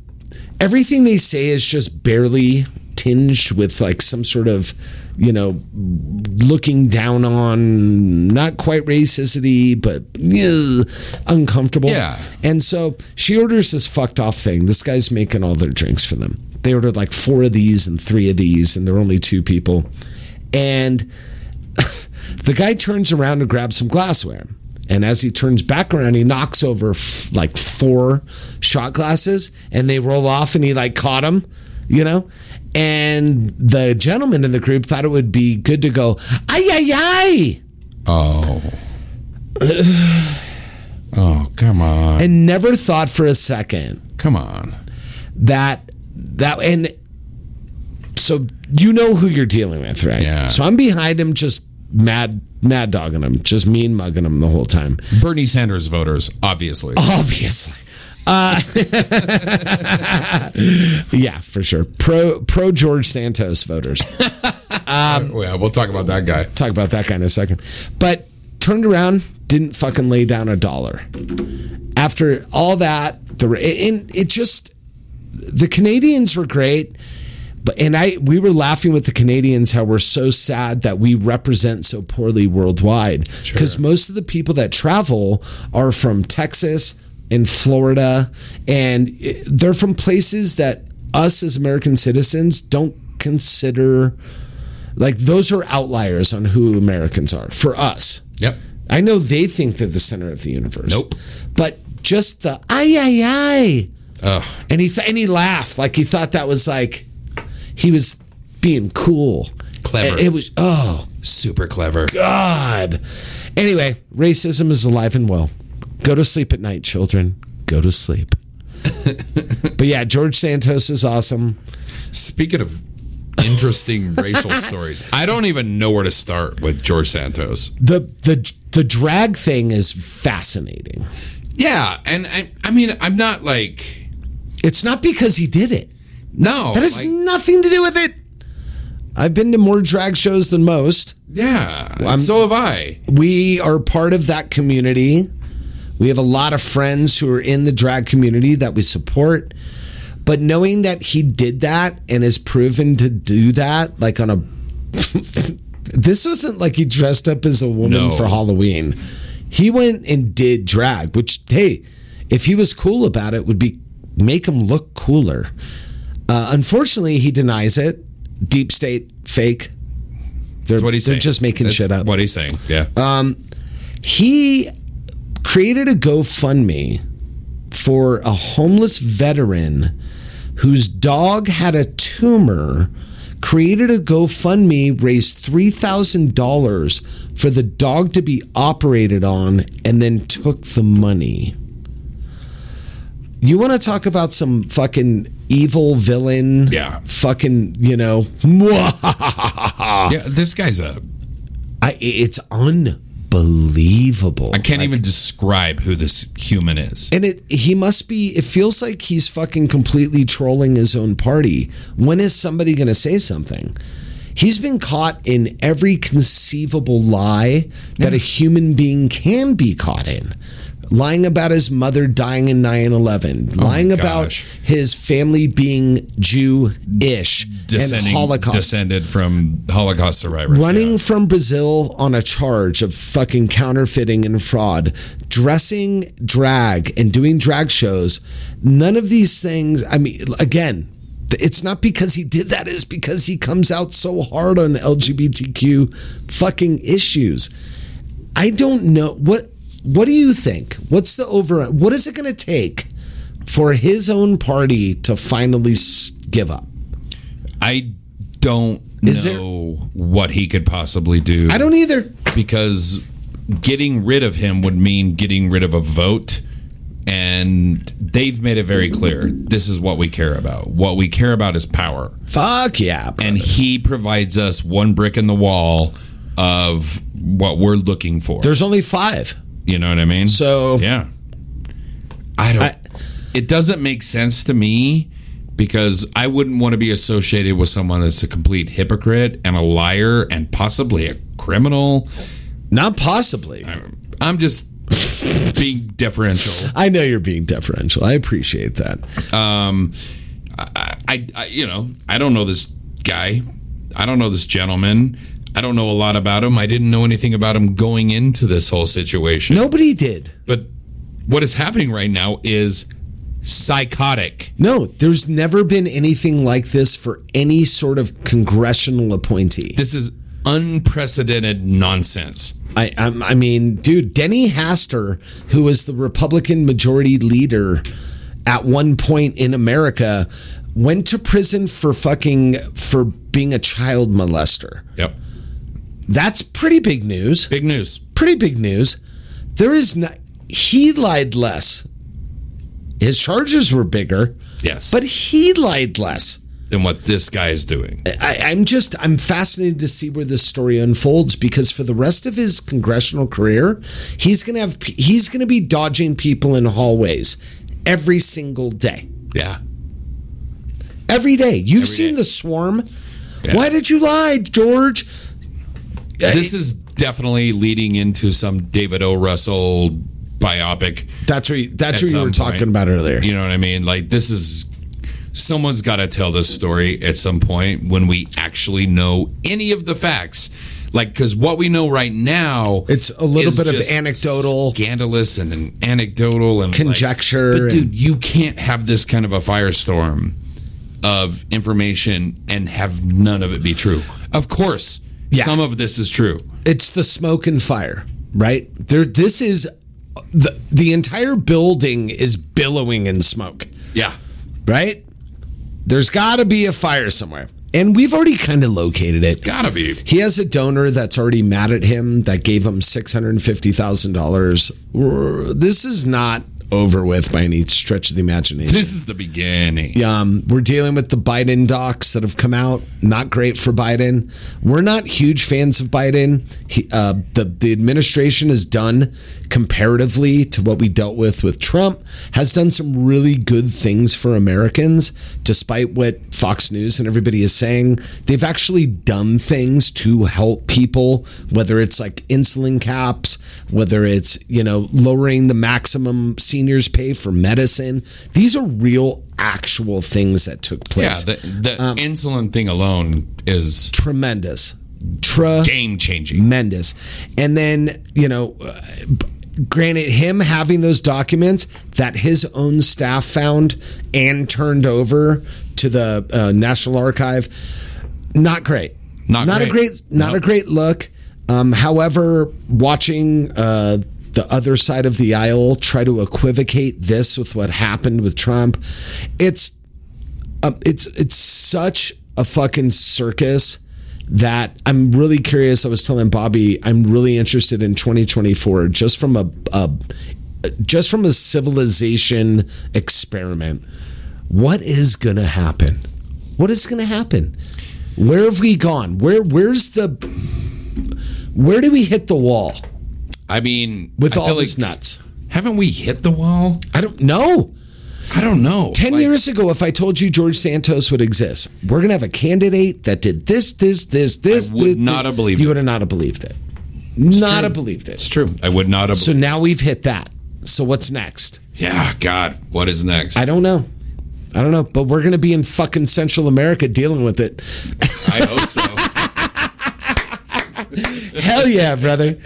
everything they say is just barely tinged with like some sort of, you know, looking down on, not quite racicity, but ugh, uncomfortable.
Yeah.
And so she orders this fucked off thing. This guy's making all their drinks for them. They ordered like four of these and three of these, and they're only two people. And the guy turns around to grab some glassware. And as he turns back around, he knocks over f- like four shot glasses and they roll off and he like caught him, you know? And the gentleman in the group thought it would be good to go, ay, ay, ay,
Oh. oh, come on.
and never thought for a second
Come on.
that that and so you know who you're dealing with, right?
Yeah.
So I'm behind him, just mad, mad dogging him, just mean mugging him the whole time.
Bernie Sanders voters, obviously.
Oh. Obviously. Uh, yeah, for sure. Pro pro George Santos voters.
Oh, yeah, we'll talk about that guy.
Talk about that guy in a second. But turned around, didn't fucking lay down a dollar. After all that, the and it just the Canadians were great. But and I we were laughing with the Canadians how we're so sad that we represent so poorly worldwide because most of the people that travel are from Texas and Florida and it- they're from places that us as American citizens don't consider like those are outliers on who Americans are for us.
Yep.
I know they think they're the center of the universe.
Nope.
But just the ay ay ay
Ugh.
and he th- and he laughed like he thought that was like he was being cool
Clever.
it, it was oh
Super clever.
god anyway racism is alive and well go to sleep at night children go to sleep but yeah george santos is awesome
Speaking of interesting racial stories, I don't even know where to start with George Santos.
the the the drag thing is fascinating
Yeah, and I, I mean, I'm not like
it's not because he did it
no.
that has
like,
nothing to do with it i've been to more drag shows than most
yeah. so have I.
we are part of that community. We have a lot of friends who are in the drag community that we support. But knowing that he did that and is proven to do that, like on a. this wasn't like he dressed up as a woman
No.
for Halloween. He went and did drag, which, hey, if he was cool about it, would be make him look cooler. Uh, unfortunately, he denies it. Deep state, fake. They're,
That's what he's
they're
saying.
just making
That's
shit up Uh,
What he's saying. Yeah.
he created a GoFundMe for a homeless veteran whose dog had a tumor. Created a GoFundMe, raised three thousand dollars for the dog to be operated on, and then took the money. You want to talk about some fucking evil villain?
Yeah.
Fucking, you know. uh.
yeah. This guy's a.
I, it's unbelievable.
I can't even describe who this human is.
And it he must be it feels like he's fucking completely trolling his own party. When is somebody going to say something? He's been caught in every conceivable lie that a human being can be caught in. Lying about his mother dying in 9 11, lying about
Oh gosh.
his family being Jew ish and
Descending,
Holocaust.
descended from Holocaust survivors.
Running
yeah.
from Brazil on a charge of fucking counterfeiting and fraud, dressing drag and doing drag shows. None of these things, I mean, again, th- it's not because he did that, it's because he comes out so hard on LGBTQ fucking issues. I don't know what what do you think? What's the over what is it going to take for his own party to finally s- give up?
I don't
Is there-
know what he could possibly do.
I don't either.
because getting rid of him would mean getting rid of a vote. And they've made it very clear this is what we care about. What we care about is power.
Fuck yeah. bro.
And he provides us one brick in the wall of what we're looking for.
There's only 5.
you know what I mean?
So
yeah. I don't.
I-
it doesn't make sense to me because I wouldn't want to be associated with someone that's a complete hypocrite and a liar and possibly a criminal?
Not possibly.
I'm just being deferential.
I know you're being deferential. I appreciate that.
Um, I, I, I, you know, I don't know this guy. I don't know this gentleman. I don't know a lot about him. I didn't know anything about him going into this whole situation.
Nobody did.
But what is happening right now is psychotic.
No, there's never been anything like this for any sort of congressional appointee.
This is unprecedented nonsense.
I, I, I mean, dude, Denny Haster, who was the Republican majority leader at one point in America, went to prison for fucking for being a child molester.
Yep.
That's pretty big news.
Big news.
Pretty big news. There is not. He lied less. His charges were bigger,
Yes.
but he lied less.
than what this guy is doing.
I, I'm just I'm fascinated to see where this story unfolds because for the rest of his congressional career, he's gonna have pe- he's gonna be dodging people in hallways every single day,
Yeah.
every day. You've seen
day.
the swarm.
Yeah.
Why did you lie, George? Uh,
This is definitely leading into some David O. Russell biopic.
That's what you, that's
At
what you
some
were talking
point.
about earlier.
You know what I mean? Like this is someone's got to tell this story at some point when we actually know any of the facts. Like cuz what we know right now
It's a little
is
bit of
just
anecdotal.
scandalous and an anecdotal and like-
Conjecture
but
and-
dude, you can't have this kind of a firestorm of information and have none of it be true. Of course,
Yeah.
some of this is true.
It's the smoke and fire, right? There this is the the entire building is billowing in smoke.
Yeah.
right? There's got to be a fire somewhere. And we've already kind of located it.
Gotta be.
He has a donor that's already mad at him that gave him $650,000. This is not over with by any stretch of the imagination.
This is the beginning.
Um, we're dealing with the Biden docs that have come out. Not great for Biden. We're not huge fans of Biden. He, uh, the the administration has done comparatively to what we dealt with with Trump has done some really good things for Americans, despite what Fox News and everybody is saying. They've actually done things to help people, whether it's like insulin caps, whether it's you know lowering the maximum seniors pay for medicine. These are real actual things that took
Yeah,
place.
the, the
Um,
insulin thing alone is
Tremendous. Tremendous.
game changing.
And then, you know, uh, b- granted, him having those documents that his own staff found and turned over to the uh, National Archive, not great.
Not
a
great.
great, not
No.
a great look. Um, however, watching uh, the other side of the aisle try to equivocate this with what happened with Trump, it's um, it's it's such a fucking circus that I'm really curious. I was telling Bobby I'm really interested in 2024 just from a, a just from a civilization experiment. What is gonna happen? What is gonna happen? Where have we gone? Where where's the where do we hit the wall
I mean,
with
I
all
feel
these
like-
nuts?
haven't we hit the wall?
I don't know.
I don't know.
10
Like,
years ago, if I told you George Santos would exist, we're going to have a candidate that did this, this, this, this.
would
this,
not
this.
have believed
You
it.
would have not have believed it. Not have believed
It's
it.
true. I would not have.
So now we've hit that. So what's next?
yeah, God, what is next?
I
I,
don't know. I don't know, but we're going to be in fucking Central America dealing with it.
hope so.
Hell yeah, brother.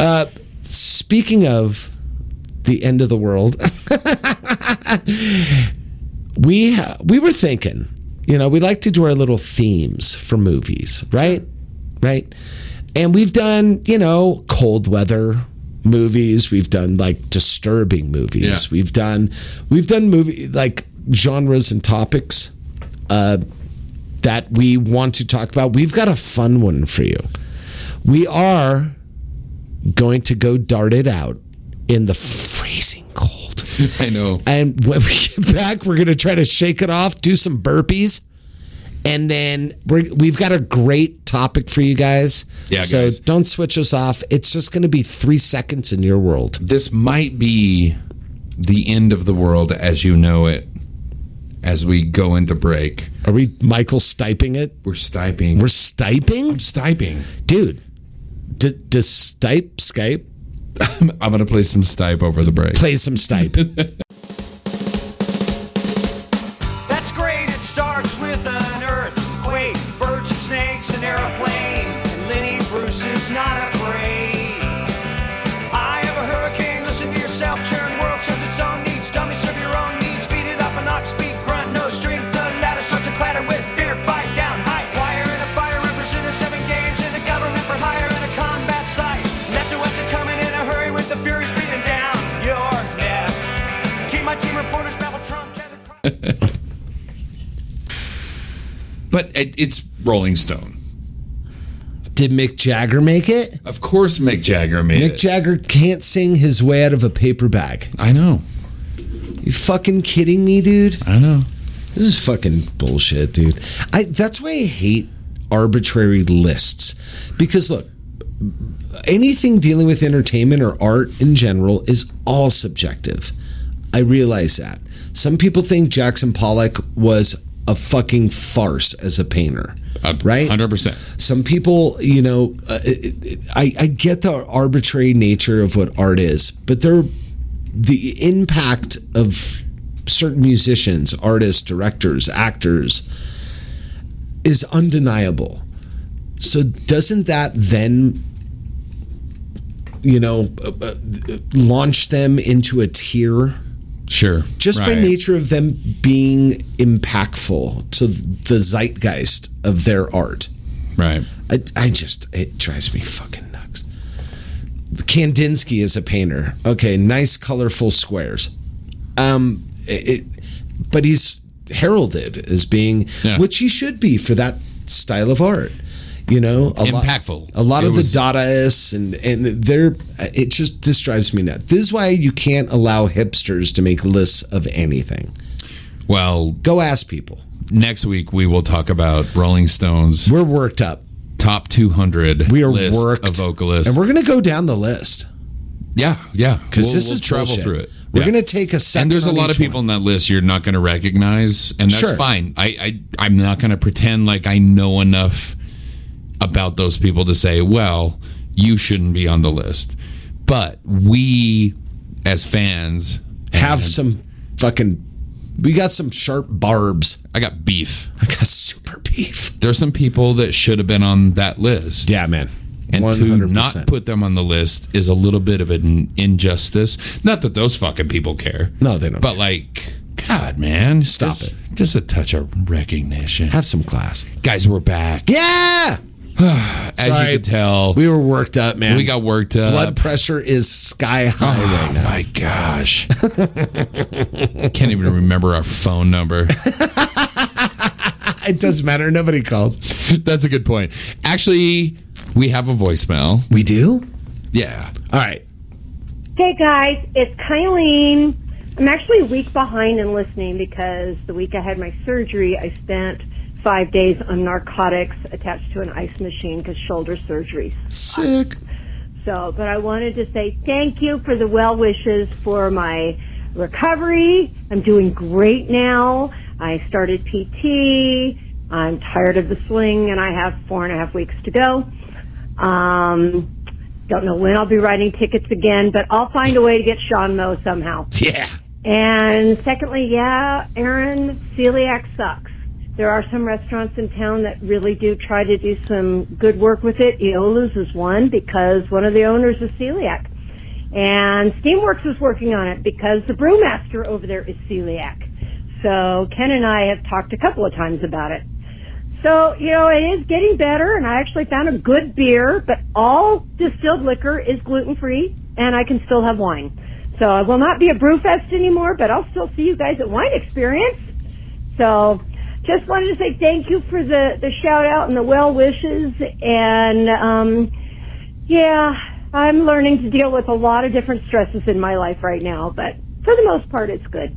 Uh, speaking of the end of the world, we ha- we were thinking, you know, we like to do our little themes for movies, right? Right? And we've done, you know, cold weather movies, we've done like disturbing movies.
Yeah.
We've done we've done movie like genres and topics uh that we want to talk about. We've got a fun one for you. We are going to go dart it out in the freezing cold.
I know.
And when we get back, we're going to try to shake it off, do some burpees. And then we're, we've got a great topic for you guys.
Yeah,
so
guys.
don't switch us off. It's just going to be three seconds in your world.
This might be the end of the world as you know it. As we go into break,
Are we Michael stiping it?
we're stiping.
We're stiping?
stiping.
Dude, D- does Stipe Skype
I'm gonna play some Stipe over the break.
play some Stipe?
That's great. It starts with an earthquake, birds and snakes, an airplane. Lenny Bruce is not afraid. I have a hurricane. Listen to yourself. Churn world serves its own needs. Dummy serve your own needs. Beat it up an ox. Speak grunt. No strength. The ladder starts to clatter with fear. Bite down. High wire and a fire. Represented seven games in the government for hire and a combat site. Left to west are coming in a hurry with the furies breathing down your neck. Team my team reporters babble Trump. gather crowds-
But it, it's Rolling Stone.
Did Mick Jagger make it?
Of course, Mick Jagger made
Mick
it.
Jagger can't sing his way out of a paper bag.
I know.
You fucking kidding me, dude?
I know.
This is fucking bullshit, dude. I that's why I hate arbitrary lists. Because look, anything dealing with entertainment or art in general is all subjective. I realize that. Some people think Jackson Pollock was a fucking farce as a painter. right?
Hundred percent.
some people, you know, uh, it- it- I, I get the arbitrary nature of what art is, but there, the impact of certain musicians, artists, directors, actors is undeniable. So doesn't that then, you know, uh, uh, launch them into a tier?
Sure.
just by
Right.
nature of them being impactful to the zeitgeist of their art.
Right.
I, I just it drives me fucking nuts. Kandinsky is a painter. Okay, nice colorful squares. Um, it, but he's heralded as being
Yeah.
which he should be for that style of art. You know, a lot-
Impactful.
a lot
It
of the
was-
Dadaists and and they're it just this drives me nuts. This is why you can't allow hipsters to make lists of anything.
Well,
Go ask people.
next week we will talk about Rolling Stone's
We're worked up.
top 200
We are
list
worked
of vocalists.
and we're gonna go down the list.
yeah, yeah.
because
We'll-
this
we'll
is
travel
bullshit.
through it.
We're
Yeah.
gonna take a second.
and there's a
on
lot of
each
people
one.
on that list you're not going to recognize, and that's
Sure.
fine. I, I I'm not going to pretend like I know enough about those people to say, well, you shouldn't be on the list. But we, as fans,
have
and
some fucking. We got some sharp barbs.
I got beef.
I got super beef.
There's some people that should have been on that list.
Yeah, man.
And to
100%.
not put them on the list is a little bit of an injustice. Not that those fucking people care.
No, they don't
But
care.
like, God, man,
Stop
just-
it.
Just a touch of recognition,
have some class.
guys. We're back.
Yeah,
As
Sorry.
you can tell, we,
we were worked up, man.
got worked up. Oh
blood pressure is sky high right now.
My gosh, can't even remember our phone number.
It doesn't matter. Nobody calls.
That's a good point. Actually, we have a voicemail.
We do.
Yeah,
All right.
Hey guys, it's Kyleen. I'm actually a week behind in listening because the week I had my surgery, I spent five days on narcotics attached to an ice machine because shoulder surgery.
Sick.
So, but I wanted to say thank you for the well wishes for my recovery. I'm doing great now. I started PT. I'm tired of the sling and I have four and a half weeks to go. Um, don't know when I'll be writing tickets again, but I'll find a way to get Sean Moe somehow.
Yeah.
And secondly, yeah, Aaron, celiac sucks. There are some restaurants in town that really do try to do some good work with it. Eola's is one because one of the owners is celiac. And Steamworks is working on it because the brewmaster over there is celiac. So Ken and I have talked a couple of times about it. So, you know, it is getting better and I actually found a good beer, but all distilled liquor is gluten free and I can still have wine. So I will not be a brew fest anymore, but I'll still see you guys at Wine Experience. So just wanted to say thank you for the, the shout out and the well wishes and, um, yeah, I'm learning to deal with a lot of different stresses in my life right now, but for the most part it's good.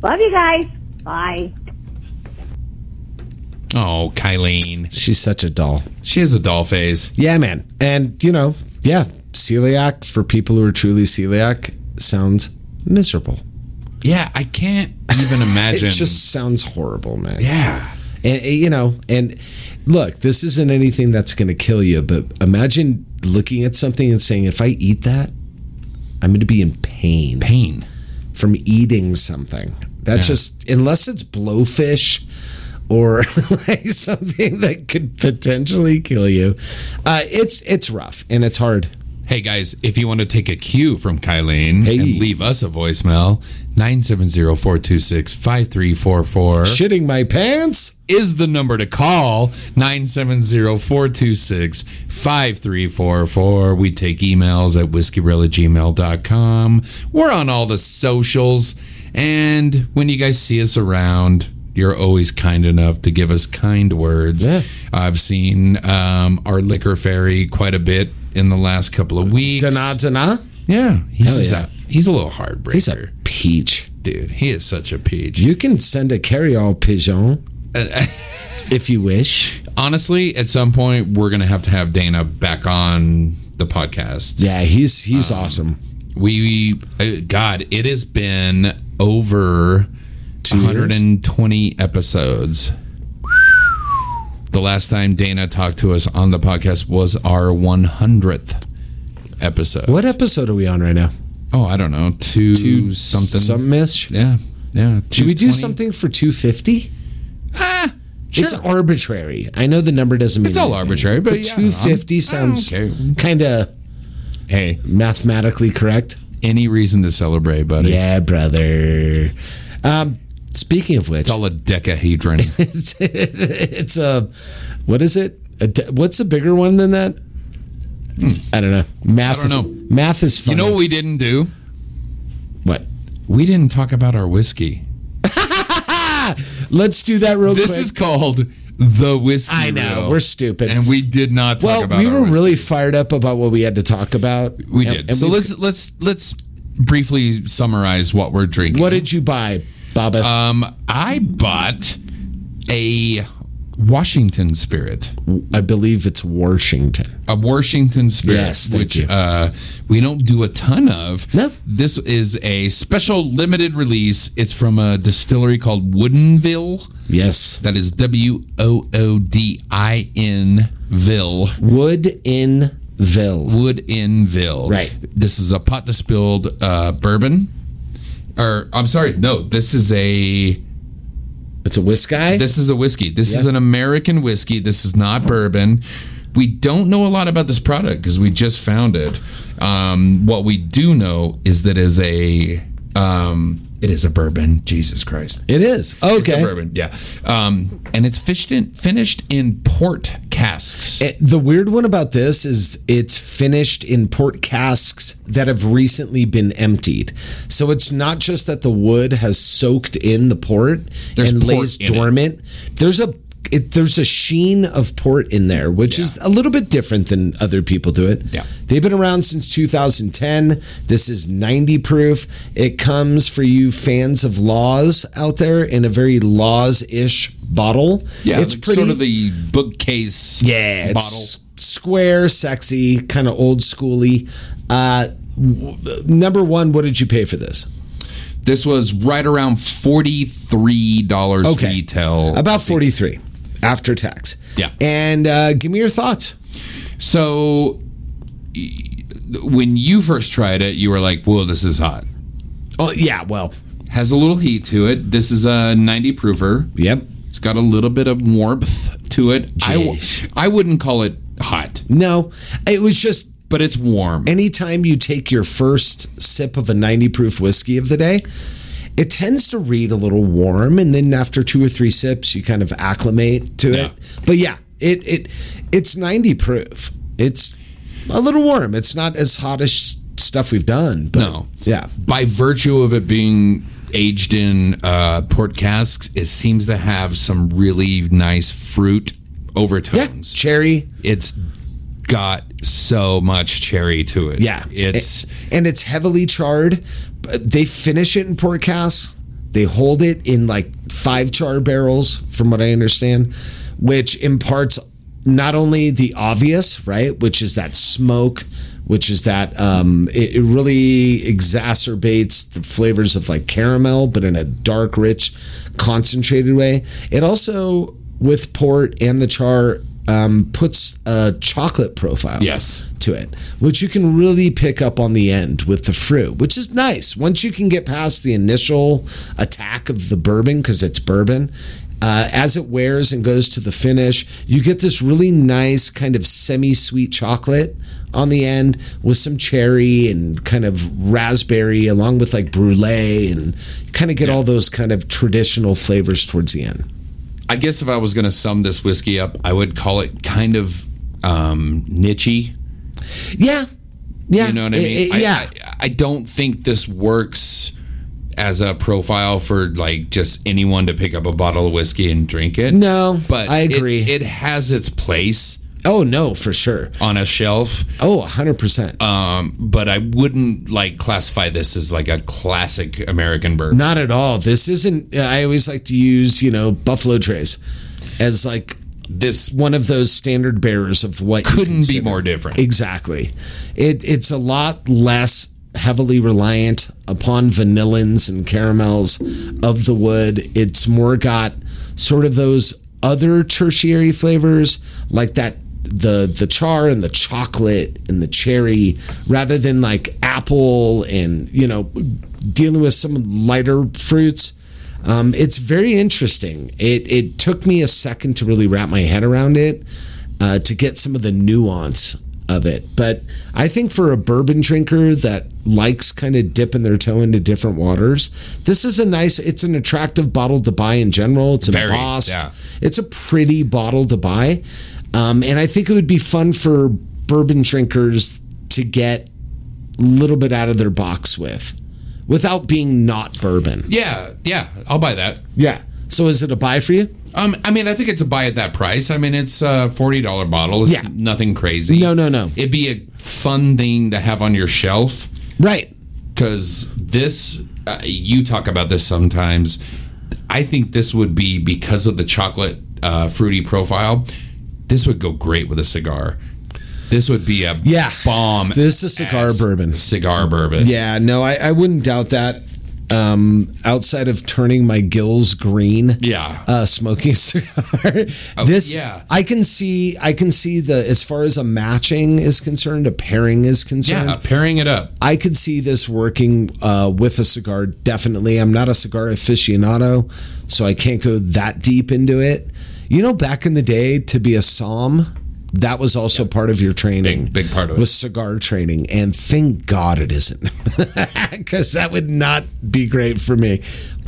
Love you guys. Bye.
Oh, Kylene.
She's such a doll.
She has a doll face.
Yeah, man. And you know, yeah, celiac for people who are truly celiac sounds miserable.
Yeah, I can't even
It
imagine.
just sounds horrible, man.
yeah.
and and, you know and look this isn't anything that's going to kill you but imagine looking at something and saying, if I eat that, I'm going to be in pain
Pain.
from eating something. That
Yeah.
just, unless it's blowfish or like something that could potentially kill you, uh, it's it's rough and it's hard.
Hey guys, if you want to take a cue from Kylene
Hey.
and leave us a voicemail, 970-426-5344
Shitting my pants.
is the number to call. 970-426-5344. We take emails at whiskeybrella@gmail.com. We're on all the socials. And when you guys see us around, you're always kind enough to give us kind words.
Yeah.
I've seen um, our liquor fairy quite a bit in the last couple of weeks.
Dana, dana.
Yeah, he's
Hell yeah.
a he's a little heartbreaker,
He's a peach.
dude. He is such a peach.
You can send a carry-all pigeon
Uh,
if you wish.
Honestly, at some point we're gonna have to have Dana back on the podcast.
Yeah, he's he's
Um,
awesome.
We, uh, God, it has been over
years?
120 episodes. The last time Dana talked to us on the podcast was our 100th episode.
What episode are we on right now?
Oh, I don't know, two,
Two
something.
Some miss.
yeah, yeah.
Should we
220?
do something for 250?
Ah,
It's
sure.
arbitrary. I know the number doesn't mean
It's all
anything,
arbitrary, but yeah,
250
I'm- I
sounds
don't care.
kind of
Hey,
mathematically correct.
any reason to celebrate, buddy.
Yeah, brother. Um, speaking of which,
It's all a decahedron.
it's, it's a what is it? A de- what's a bigger one than that? I don't know. Math.
Hmm. I don't know.
Is, math is
you
funny.
know what we didn't do?
what?
We didn't talk about our whiskey.
Let's do that real
This
quick.
is called the whiskey.
I know
Reel,
we're stupid.
and we did not talk
well,
about.
we
our
were
whiskey.
really fired up about what we had to talk about.
we
And-
did.
and
so
we've-
let's let's let's briefly summarize what we're drinking.
What did you buy, Baba?
um, I bought a Washington Spirit,
I believe it's Washington.
a Washington Spirit,
Yes, thank
which
you.
uh, we don't do a ton of.
No.
This is a special limited release. It's from a distillery called Woodenville.
Yes.
That is W O O D I N Ville,
Wood in Ville.
Wood in Ville.
Right.
This is a pot distilled uh, bourbon. Or I'm sorry, no. This is a
It's a whiskey.
this is a whiskey. This is
Yeah.
an American whiskey. This is not bourbon. We don't know a lot about this product because we just found it. Um, what we do know is that is a um, it is a bourbon. Jesus Christ.
It is.
It's a
Okay.
bourbon, yeah. Um, and it's fished in, finished in port casks.
Eh, The weird one about this is it's finished in port casks that have recently been emptied. So it's not just that the wood has soaked in the port
There's
and
port
lays
in it.
dormant. There's a it, there's a sheen of port in there, which is a little bit different than other people do it.
Yeah.
They've been around since 2010. This is 90 proof. It comes for you fans of laws out there in a very laws ish bottle.
yeah,
it's
it's sort of the bookcase.
yeah,
bottle.
it's square, sexy, kind of old schooly. Uh, w- number one, what did you pay for this?
this was right around forty three dollars
Okay. Uh,
retail.
About forty three after tax.
Yeah.
and uh, give me your thoughts.
so, y- when you first tried it, you were like, "Whoa, this is hot."
Oh yeah, well,
Has a little heat to it. This is a ninety proofer.
yep.
It's got a little bit of warmth to it. I w-
Jeez.
I wouldn't call it hot,
No, it was just
but it's warm.
anytime you take your first sip of a ninety proof whiskey of the day. It tends to read a little warm, and then after two or three sips, you kind of acclimate to
Yeah.
it. But yeah, it it it's ninety proof. It's a little warm. It's not as hot as stuff we've done. But
No.
yeah,
by virtue of it being aged in uh, port casks, it seems to have some really nice fruit
yeah,
overtones.
cherry.
It's got so much cherry to it.
Yeah,
it's
and, and it's heavily charred. But They finish it in port casks. They hold it in like five char barrels, from what I understand, which imparts not only the obvious, right, which is that smoke, which is that um, it, it really exacerbates the flavors of like caramel, but in a dark, rich, concentrated way. It also with port and the char um, puts a chocolate profile
Yes.
to it, which you can really pick up on the end with the fruit, which is nice. Once you can get past the initial attack of the bourbon, because it's bourbon, uh, as it wears and goes to the finish, you get this really nice kind of semi sweet chocolate on the end with some cherry and kind of raspberry, along with like brulee, and kind of get all those kind of traditional flavors towards the end.
I guess if I was going to sum this whiskey up, I would call it kind of um, nichey.
Yeah. Yeah.
You know what I
It-
mean?
it- yeah.
I, I, I don't think this works as a profile for like just anyone to pick up a bottle of whiskey and drink it.
No,
but
I
it-
agree.
It, has its place
oh, no, for sure.
on a shelf,
Oh, 100%.
but I wouldn't like classify this as like a classic American bourbon.
Not at all. This isn't. I always like to use, you know, Buffalo Trace as like
This
one of those standard bearers of what you
couldn't be
consider-
more different.
Exactly. It it's a lot less heavily reliant upon vanillins and caramels of the wood. It's more got sort of those other tertiary flavors like that the the char and the chocolate and the cherry rather than like apple and you know dealing with some lighter fruits. Um, it's very interesting. It it took me a second to really wrap my head around it, uh, to get some of the nuance of it. But I think for a bourbon drinker that likes kind of dipping their toe into different waters, this is a nice. It's an attractive bottle to buy in general. It's
Very,
embossed.
yeah.
It's a pretty bottle to buy, um, and I think it would be fun for bourbon drinkers to get a little bit out of their box with, without being not bourbon.
Yeah, yeah, I'll buy that.
Yeah. So is it a buy for you?
Um, I mean, I think it's a buy at that price. I mean, it's a forty dollar bottle. It's
Yeah.
nothing crazy.
No, no, no.
It'd be a fun thing to have on your shelf
Right.
because this. Uh, you talk about this sometimes. I think this would be because of the chocolate uh, fruity profile. This would go great with a cigar. This would be a
Yeah.
bomb.
This is cigar
ass
bourbon.
Cigar bourbon.
Yeah, no, I, I wouldn't doubt that. Um, outside of turning my gills green,
Yeah.
uh, smoking a cigar. this,
yeah.
I can see, I can see the as far as a matching is concerned, a pairing is concerned.
yeah. Pairing it up.
I could see this working uh, with a cigar. Definitely, I'm not a cigar aficionado, so I can't go that deep into it. You know, back in the day, to be a psalm, that was also part of your training.
Big- big part of it.
was cigar training, and thank God it isn't, because that would not be great for me.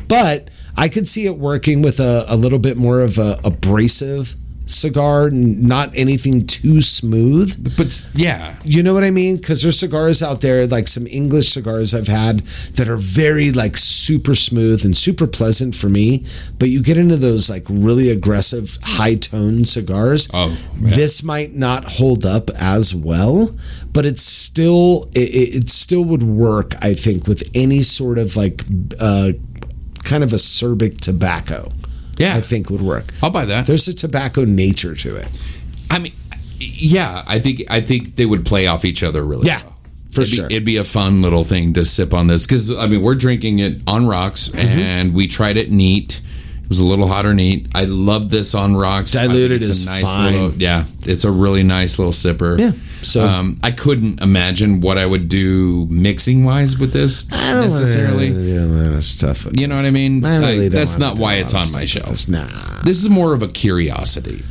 But I could see it working with a, a little bit more of a abrasive cigar, n- not anything too smooth.
But s- yeah.
You know what I mean? Because there's cigars out there, like some English cigars I've had that are very like super smooth and super pleasant for me. But you get into those like really aggressive, high tone cigars.
Oh, yeah.
this might not hold up as well, but it's still it, it it still would work. I think with any sort of like uh, kind of acerbic tobacco,
Yeah.
I think would work.
I'll buy that.
There's a tobacco nature to it.
I mean, yeah, I think I think they would play off each other really.
Yeah,
well.
for
it'd
sure.
Be, it'd be a fun little thing to sip on this because I mean we're drinking it on rocks and we tried it neat. It was a little hot or neat. I love this on rocks. I think
Diluted
it's a
is fine.
Little, yeah, it's a really nice little sipper.
Yeah, so-
um, I couldn't imagine what I would do mixing wise with this necessarily.
Yeah, that's tough.
You know what I mean? Like,
don't
that's
wanna
not
do
why
all
it's
this
on my
stuff.
shelf.
Nah.
This is more of a curiosity.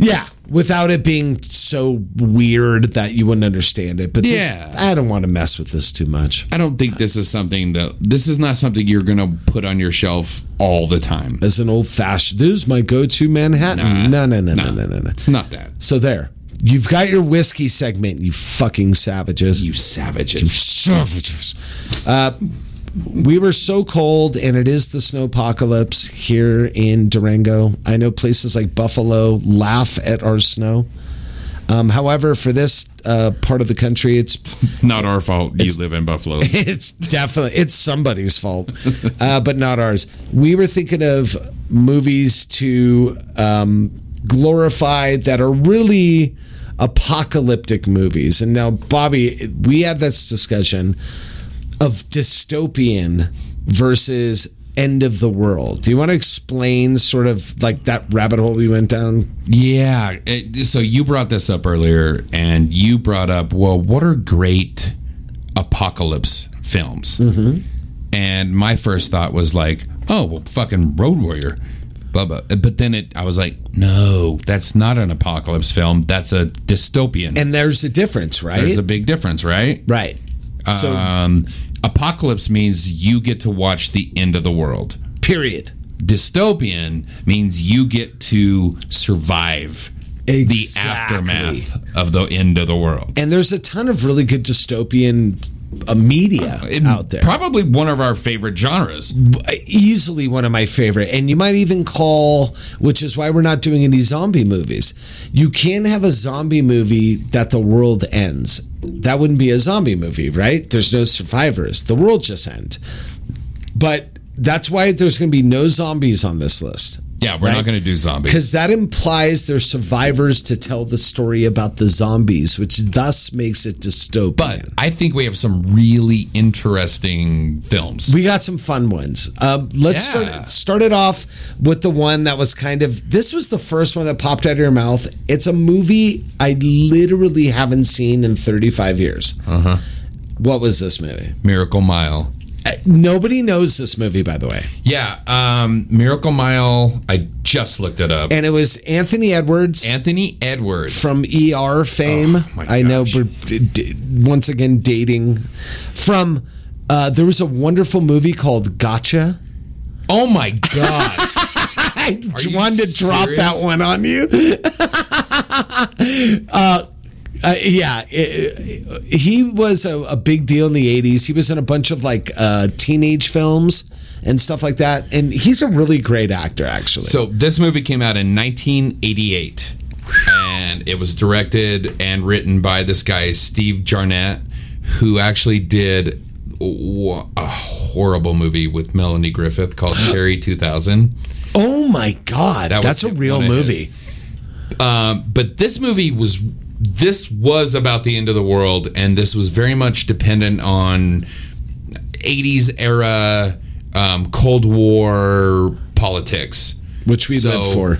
Yeah, without it being so weird that you wouldn't understand it. But this-
Yeah.
I don't want to mess with this too much.
I don't think this is something that this is not something you're gonna put on your shelf all the time.
As an old fashioned, this is my go-to Manhattan. No, no, no, no, no, no, no.
It's not that.
So there, you've got your whiskey segment. You fucking savages.
You savages.
savages. Uh, we were so cold, and it is the snowpocalypse here in Durango. I know places like Buffalo laugh at our snow. Um, however, for this uh, part of the country, it's
Not our fault. You live in Buffalo.
it's definitely it's somebody's fault, uh, but not ours. We were thinking of movies to um, glorify that are really apocalyptic movies. And now, Bobby, we had this discussion of dystopian versus end of the world. Do you want to explain sort of like that rabbit hole we went down?
Yeah. it- so you brought this up earlier, and you brought up, well, what are great apocalypse films? Mm-hmm. And my first thought was like, oh, well, fucking Road Warrior, Bubba. But then it, I was like, no, that's not an apocalypse film. That's a dystopian.
And there's a difference, right?
There's a big difference, right?
right. So
Um, apocalypse means you get to watch the end of the world.
period.
Dystopian means you get to survive
Exactly.
the aftermath of the end of the world.
And there's a ton of really good dystopian uh, media out there.
Probably one of our favorite genres.
easily one of my favorite and you might even call which is why we're not doing any zombie movies you can have a zombie movie that the world ends that wouldn't be a zombie movie right there's no survivors the world just end but that's why there's going to be no zombies on this list
Yeah, we're not
Right.
going to do zombies.
because that implies there's survivors to tell the story about the zombies which thus makes it dystopian
But I think we have some really interesting films.
We got some fun ones. Um, let's
Yeah.
start, start it off with the one that was kind of this was the first one that popped out of your mouth. It's a movie I literally haven't seen in 35 years. Uh-huh. What was this movie?
Miracle Mile.
Uh, nobody knows this movie, by the way.
Yeah, um, Miracle Mile. I just looked it up.
And it was Anthony Edwards
Anthony Edwards.
from ER fame.
Oh, my
I know
gosh.
we're d- d- once again dating from. Uh, there was a wonderful movie called Gotcha.
oh my god.
I
you
wanted to drop
serious?
that one on you. Uh, yeah, it- it- he was a, a big deal in the '80s. He was in a bunch of like uh, teenage films and stuff like that. And he's a really great actor, actually.
So this movie came out in 1988, and it was directed and written by this guy Steve Jarnett, who actually did wh- a horrible movie with Melanie Griffith called Cherry 2000.
oh my god,
That was
that's a real
one of
movie.
his. Um, but this movie was this was about the end of the world, and this was very much dependent on 80s era um, Cold War politics.
Which we
So-
live for.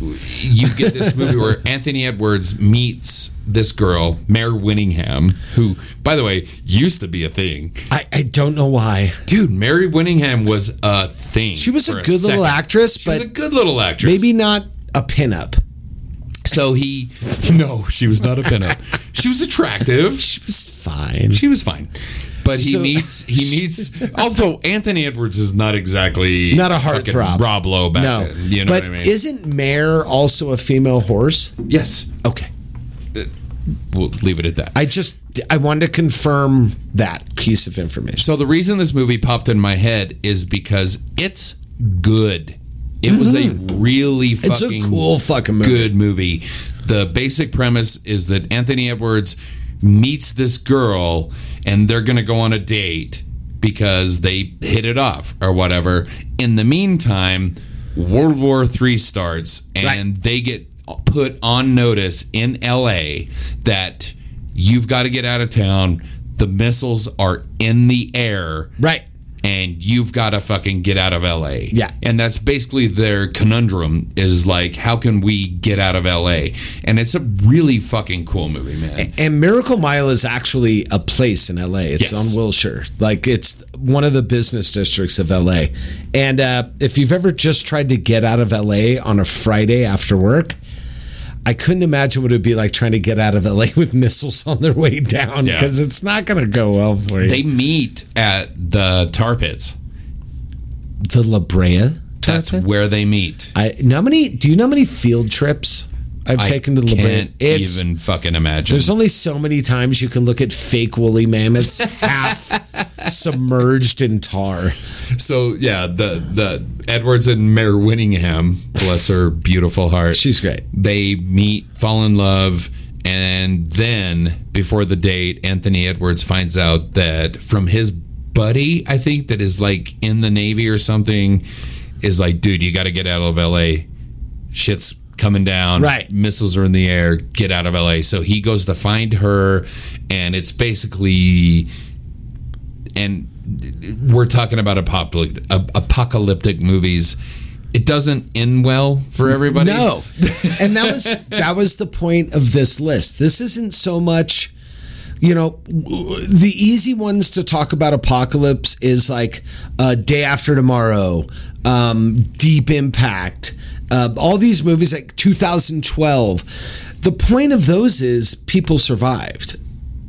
you get this movie where Anthony Edwards meets this girl, Mare Winningham, who, by the way, used to be a thing.
I, I don't know why.
Dude, Mary Winningham was a thing.
She was a
for
good
second.
little actress,
She was
but
a good little actress.
Maybe not a pinup.
so he. No, she was not a pinup. she was attractive.
She was fine.
She was fine. But he
So-
meets he meets also Anthony Edwards is not exactly
Not a
fucking
heartthrob.
Rob Lowe back
no,
then. You know
but
what I mean?
isn't Mare also a female horse?
yes.
Okay.
We'll leave it at that.
I just I wanted to confirm that piece of information.
So the reason this movie popped in my head is because it's good. It was a really
Mm-hmm. It's a
fucking
cool fucking movie.
good movie. The basic premise is that Anthony Edwards meets this girl and they're going to go on a date because they hit it off or whatever. In the meantime, World War III starts and they get put on notice in LA that you've got to get out of town. The missiles are in the air
Right.
and you've got to fucking get out of LA.
Yeah.
And that's basically their conundrum is like, how can we get out of LA? And it's a really fucking cool movie, man.
And Miracle Mile is actually a place in LA. It's
Yes.
on Wilshire. Like it's one of the business districts of LA. And uh, if you've ever just tried to get out of LA on a Friday after work, I couldn't imagine what it would be like trying to get out of LA with missiles on their way down
Yeah.
because it's not going to go well for you.
They meet at the tar pits.
the La Brea.
That's
Tar Pits?
where they meet.
I know how many. Do you know how many field trips I've taken to La Brea?
can't even fucking imagine.
There's only so many times you can look at fake woolly mammoths half submerged in tar.
so yeah, the the Edwards and Mayor Winningham, bless her beautiful heart.
She's great.
they meet, fall in love, and then before the date, Anthony Edwards finds out that from his buddy, I think that is like in the Navy or something, is like, dude, you got to get out of LA. Shit's coming down.
Right.
Missiles are in the air. Get out of LA. So he goes to find her, and it's basically and we're talking about apocalyptic, apocalyptic movies. It doesn't end well for everybody.
No, and that was that was the point of this list. This isn't so much, you know, w- the easy ones to talk about apocalypse is like uh, Day After Tomorrow, um, Deep Impact, uh, all these movies like 2012. The point of those is people survived.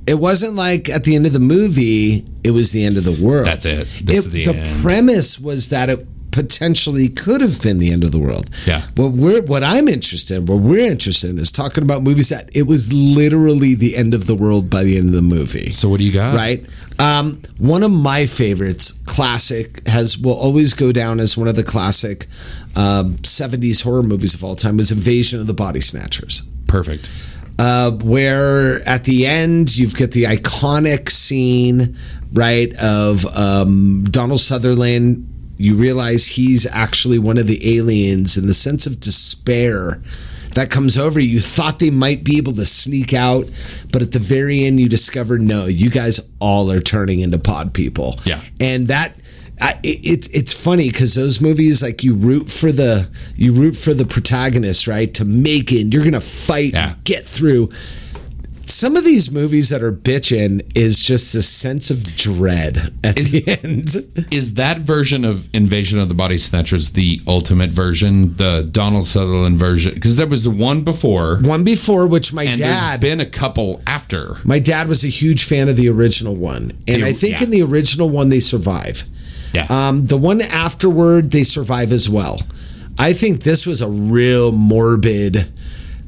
It wasn't like at the end of the movie, it was the end of the world.
That's it. This is the end.
premise was that it potentially could have been the end of the world.
Yeah.
What we're what I'm interested in, what we're interested in is talking about movies that it was literally the end of the world by the end of the movie.
So what do you got?
Right. Um, one of my favorites, classic, has will always go down as one of the classic um, '70s horror movies of all time. Was Invasion of the Body Snatchers
Perfect.
uh, where at the end you've got the iconic scene, right, of um, Donald Sutherland. You realize he's actually one of the aliens, and the sense of despair that comes over you. You thought they might be able to sneak out, but at the very end, you discover no, you guys all are turning into pod people.
Yeah.
and that. I, it, it- it's funny because those movies like you root for the you root for the protagonist right to make it and you're gonna fight
Yeah.
get through. Some of these movies that are bitching is just a sense of dread at
Is-
the end.
Is that version of Invasion of the Body Snatchers the ultimate version, the Donald Sutherland version? Because there was the one before,
One before, which my
and
dad,
there's been a couple after.
my dad was a huge fan of the original one, and
The-
I think
yeah.
in the original one they survive.
Yeah.
Um, the one afterward they survive as well. I think this was a real morbid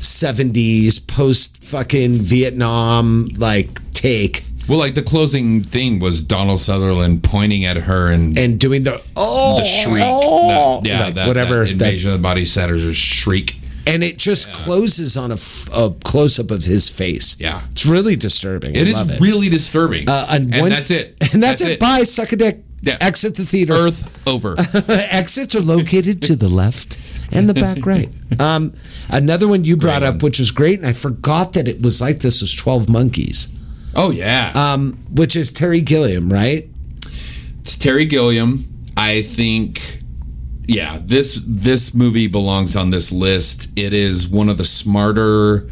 '70s post fucking Vietnam like take
well, like the closing thing was Donald Sutherland pointing at her and.
and doing the oh
the shriek,
oh,
that- yeah,
like,
that, that
whatever that
invasion of the body snatchers shriek.
and it just closes on a, f- a close up of his face.
Yeah.
it's really disturbing.
It
I
is
love it.
really disturbing,
Uh,
and,
one-
that's it.
And that's, it. Bye, suck a dick.
Yeah.
Exit the theater.
Earth over.
Exits are located to the left and the back right. Um, another one you brought up, which was great, and I forgot that it was like this was Twelve Monkeys,
Oh yeah,
um, which is Terry Gilliam, right?
it's Terry Gilliam. I think, yeah, this this movie belongs on this list. It is one of the smarter,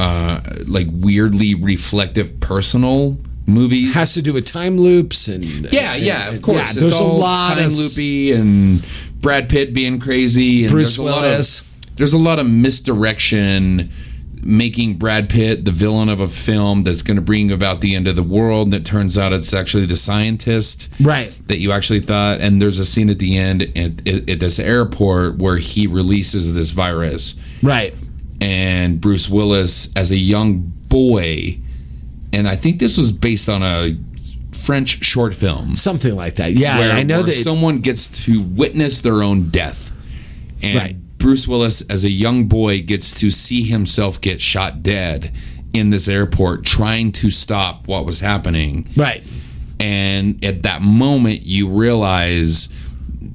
uh, like weirdly reflective personal movies.
Has to do with time loops and
yeah,
and-
yeah,
and-
of course.
there's
it's
a
all
lot
time
of
loopy and Brad Pitt being crazy and
Bruce
there's a lot of-
Willis.
there's a lot of misdirection making Brad Pitt the villain of a film that's going to bring about the end of the world that turns out it's actually the scientist
Right.
that you actually thought and there's a scene at the end at, at, at this airport where he releases this virus
right.
and Bruce Willis as a young boy and I think this was based on a French short film
Something like that. Yeah,
where,
I know
where
that.
someone gets to witness their own death. And
Right.
Bruce Willis, as a young boy, gets to see himself get shot dead in this airport trying to stop what was happening.
right.
And at that moment, you realize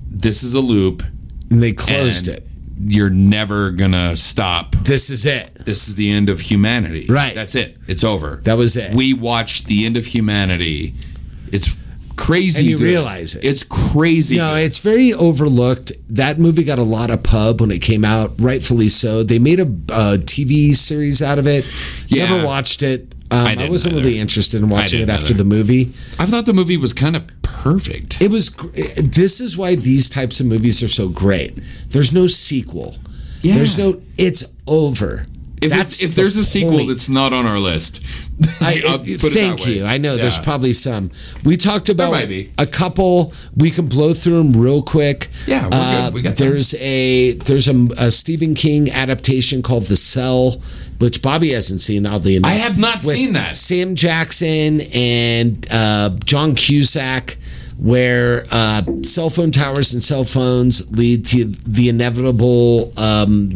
this is a loop.
And they closed
and
it.
You're never going to stop.
This is it.
This is the end of humanity.
Right.
That's it. It's over.
That was it.
We watched the end of humanity. It's crazy.
And you
good.
realize it.
It's crazy.
No,
good.
it's very overlooked. That movie got a lot of pub when it came out, rightfully so. They made a uh, TV series out of it.
Yeah.
Never watched it. Um,
I
I,
didn't
wasn't
either.
really interested in watching it
didn't
after
either.
the movie.
I thought the movie was kind of perfect.
It was. gr- This is why these types of movies are so great. There's no sequel.
Yeah.
There's no. It's over.
if
That's
if there's
the
a sequel
point.
that's not on our list,
I,
I'll
it-
put it that
thank
way.
you. I know there's
Yeah.
probably some. We talked about
might be.
a couple. We can blow through them real quick.
Yeah, we're good. We got time.
Uh, there's a there's a, a Stephen King adaptation called The Cell, which Bobby hasn't seen. Oddly enough,
I have not
with
seen that.
Sam Jackson and uh, John Cusack, where uh, cell phone towers and cell phones lead to the inevitable um,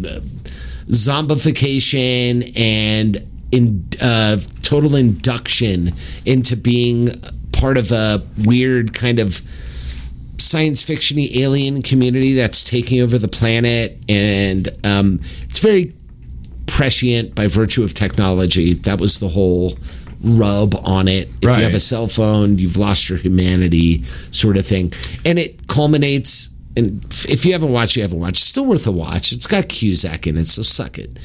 zombification and in, uh, total induction into being part of a weird kind of science fictiony alien community that's taking over the planet, and um, it's very prescient by virtue of technology. That was the whole rub on it. If
Right.
you have a cell phone, you've lost your humanity, sort of thing. And it culminates. And if you haven't watched, you haven't watched. It's still worth a watch. It's got Cusack in it, so suck it.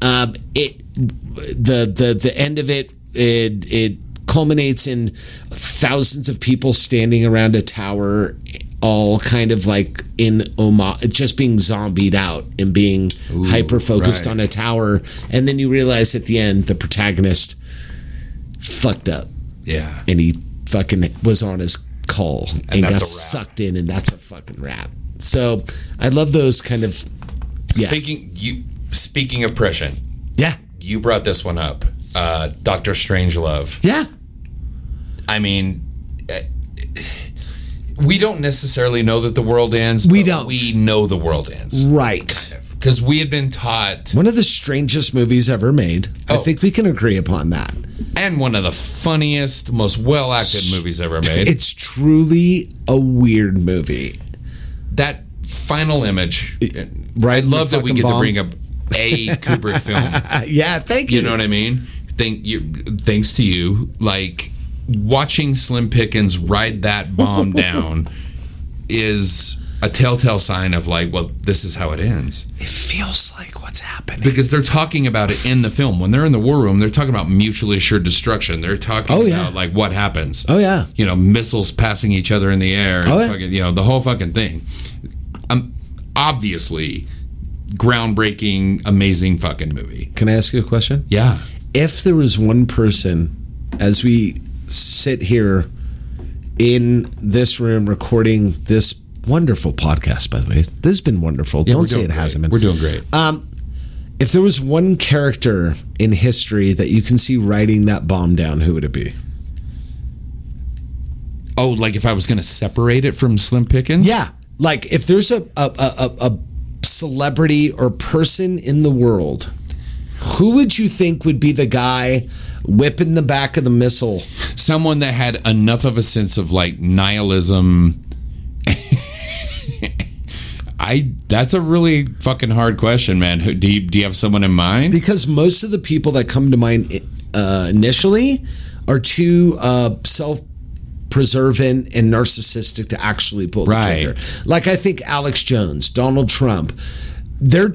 Um, it the the the end of it it it culminates in thousands of people standing around a tower all kind of like in Oma, just being zombied out and being hyper focused
right.
on a tower and then you realize at the end the protagonist fucked up
Yeah.
and he fucking was on his call
And
and,
that's a
got
wrap.
sucked in and that's a fucking wrap so i love those kind of yeah
Speaking you speaking oppression,
yeah
you brought this one up. Uh, Doctor Strangelove.
yeah
I mean, eh, we don't necessarily know that the world ends.
We
but
don't.
We know the world ends
right
because we had been taught,
One of the strangest movies ever made. I
Oh.
think we can agree upon that.
and one of the funniest, most well acted movies ever made.
It's truly a weird movie.
that final image.
right
I
in the
love that we
fucking
get
bomb.
to bring up a Kubrick film.
Uh, yeah, thank you.
You know what I mean? Thank you. Thanks to you, like watching Slim Pickens ride that bomb down is a telltale sign of like, well, this is how it ends.
it feels like what's happening.
because they're talking about it in the film when they're in the war room they're talking about mutually assured destruction they're talking
Oh, yeah.
about like what happens
Oh yeah.
you know missiles passing each other in the air and
Oh, yeah.
fucking, you know the whole fucking thing um, obviously groundbreaking amazing fucking movie
Can I ask you a question?
yeah
If there was one person as we sit here in this room recording this wonderful podcast, by the way, this has been wonderful.
we're
Don't say
doing
it
great.
hasn't been. Um,
we're doing great
if there was one character in history that you can see writing that bomb down, who would it be?
oh like if i was gonna separate it from slim pickens
Yeah, like if there's a a, a, a- a celebrity or person in the world, who would you think would be the guy whipping the back of the missile?
someone that had enough of a sense of like nihilism. I that's a really fucking hard question, man. Who, do you do you have someone in mind?
Because most of the people that come to mind uh, initially are too uh, self. Preservant and narcissistic to actually pull the
Right.
trigger. Like I think Alex Jones, Donald Trump, they're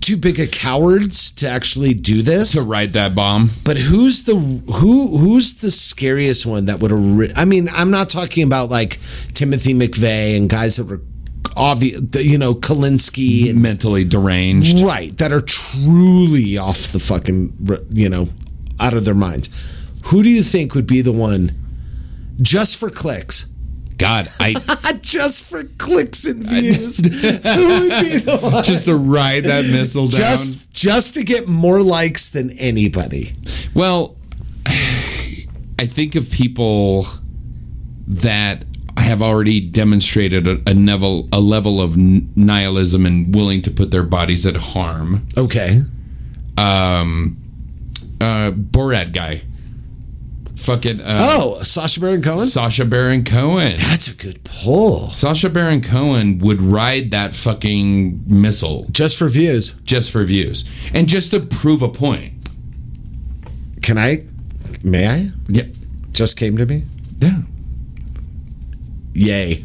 too big of cowards to actually do this.
To ride that bomb.
But who's the who who's the scariest one that would? Ori- I mean, I'm not talking about like Timothy McVeigh and guys that were obvious, you know, Kalinsky and
Mentally deranged.
right that are truly off the fucking, you know, out of their minds. Who do you think would be the one just for clicks?
God, I
Just for clicks and views. Who would be the one?
just to ride that missile down.
Just just to get more likes than anybody.
Well, I think of people that have already demonstrated a, a level a level of n- nihilism and willing to put their bodies at harm.
Okay.
um uh Borat guy. Fucking uh
Oh, Sasha Baron Cohen.
Sasha Baron Cohen.
That's a good pull.
Sasha Baron Cohen would ride that fucking missile
Just for views.
just for views and just to prove a point.
Can I? May I?
Yeah.
Just came to me.
Yeah.
Yay.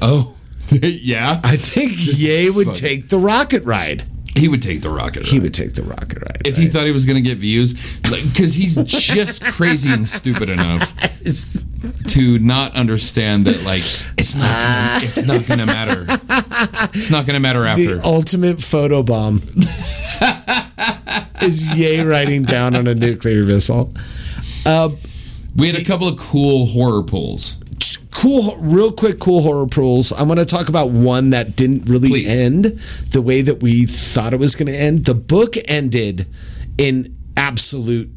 Oh. yeah.
I think Yay would take the rocket ride.
He would take the rocket.
He
ride.
would take the rocket ride.
if he thought he was going to get views, because he's just crazy and stupid enough to not understand that, like, it's not, gonna, it's not going to matter. It's not going to matter after.
the ultimate photo bomb is Yay riding down on a nuclear missile.
We had a couple of cool horror pulls.
Cool, real quick, cool horror pools. I want to talk about one that didn't really
Please.
end the way that we thought it was going to end. The book ended in absolute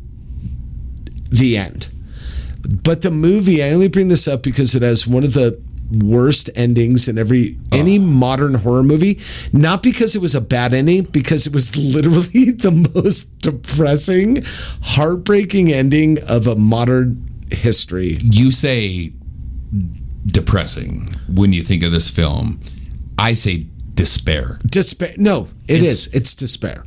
the end. But the movie, I only bring this up because it has one of the worst endings in every any modern horror movie. Not because it was a bad ending, because it was literally the most depressing, heartbreaking ending of a modern history.
You say depressing when you think of this film. I say despair.
Despair. No,
It's-
it's, It's despair.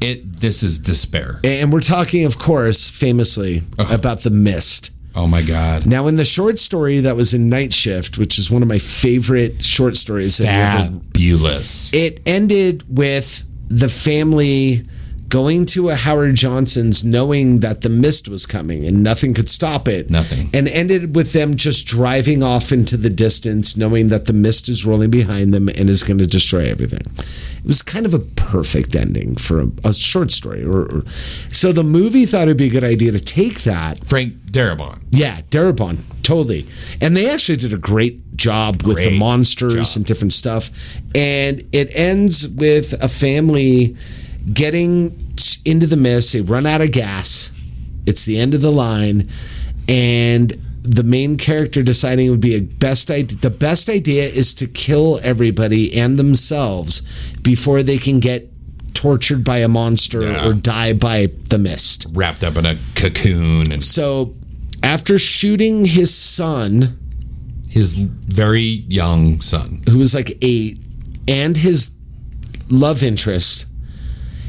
It. This is despair.
And we're talking, of course, famously about the mist.
Oh my god.
Now, in the short story that was in Night Shift, which is one of my favorite short stories that I've ever
Fabulous.
it ended with the family going to a Howard Johnson's knowing that the mist was coming and nothing could stop it.
Nothing.
And ended with them just driving off into the distance knowing that the mist is rolling behind them and is going to destroy everything. It was kind of a perfect ending for a, a short story or, or so the movie thought it'd be a good idea to take that
Frank Darabont.
yeah, Darabont, totally. And they actually did a great job with the
Great
monsters
job.
and different stuff. And it ends with a family getting t- into the mist. They run out of gas. It's the end of the line, and the main character deciding it would be a best idea. The best idea is to kill everybody and themselves before they can get tortured by a monster
Yeah.
or die by the mist.
Wrapped up in a cocoon and
So after shooting his son,
his very young son.
who was like eight, and his love interest,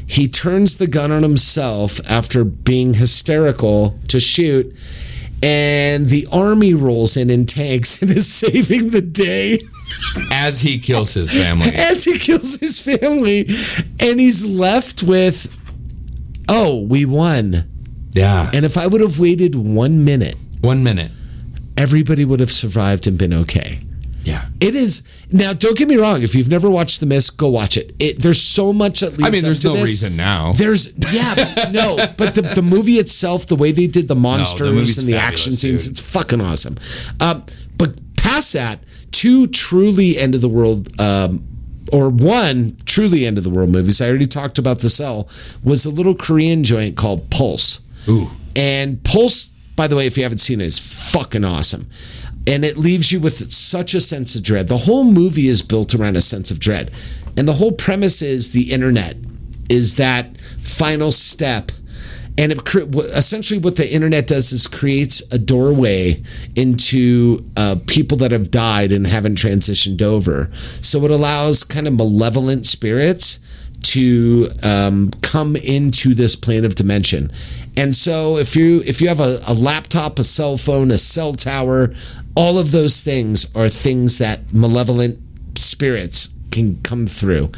he turns the gun on himself after being hysterical to shoot. And the army rolls in in tanks and is saving the day
As he kills his family.
as he kills his family. And he's left with, oh, we won.
Yeah.
And if I would have waited one minute,
One minute.
everybody would have survived and been okay.
Yeah.
It is now. Don't get me wrong. If you've never watched The Mist, go watch it. it there's so much that leads.
I mean,
up
there's
to
no
this.
reason now.
There's yeah, but no. But the, the movie itself, the way they did the monsters
movie's
and the
fabulous,
action scenes,
dude.
it's fucking awesome. Um, but past that, two truly end of the world. Um, or one truly end of the world movies. I already talked about the cell was a little Korean joint called Pulse.
Ooh.
And Pulse, by the way, if you haven't seen it, is fucking awesome. And it leaves you with such a sense of dread. The whole movie is built around a sense of dread. And the whole premise is the internet is that final step. And it, cre- wh- essentially, what the internet does is creates a doorway into uh, people that have died and haven't transitioned over. So it allows kind of malevolent spirits to um, come into this plane of dimension. And so if you if you have a, a laptop, a cell phone, a cell tower, all of those things are things that malevolent spirits can come through.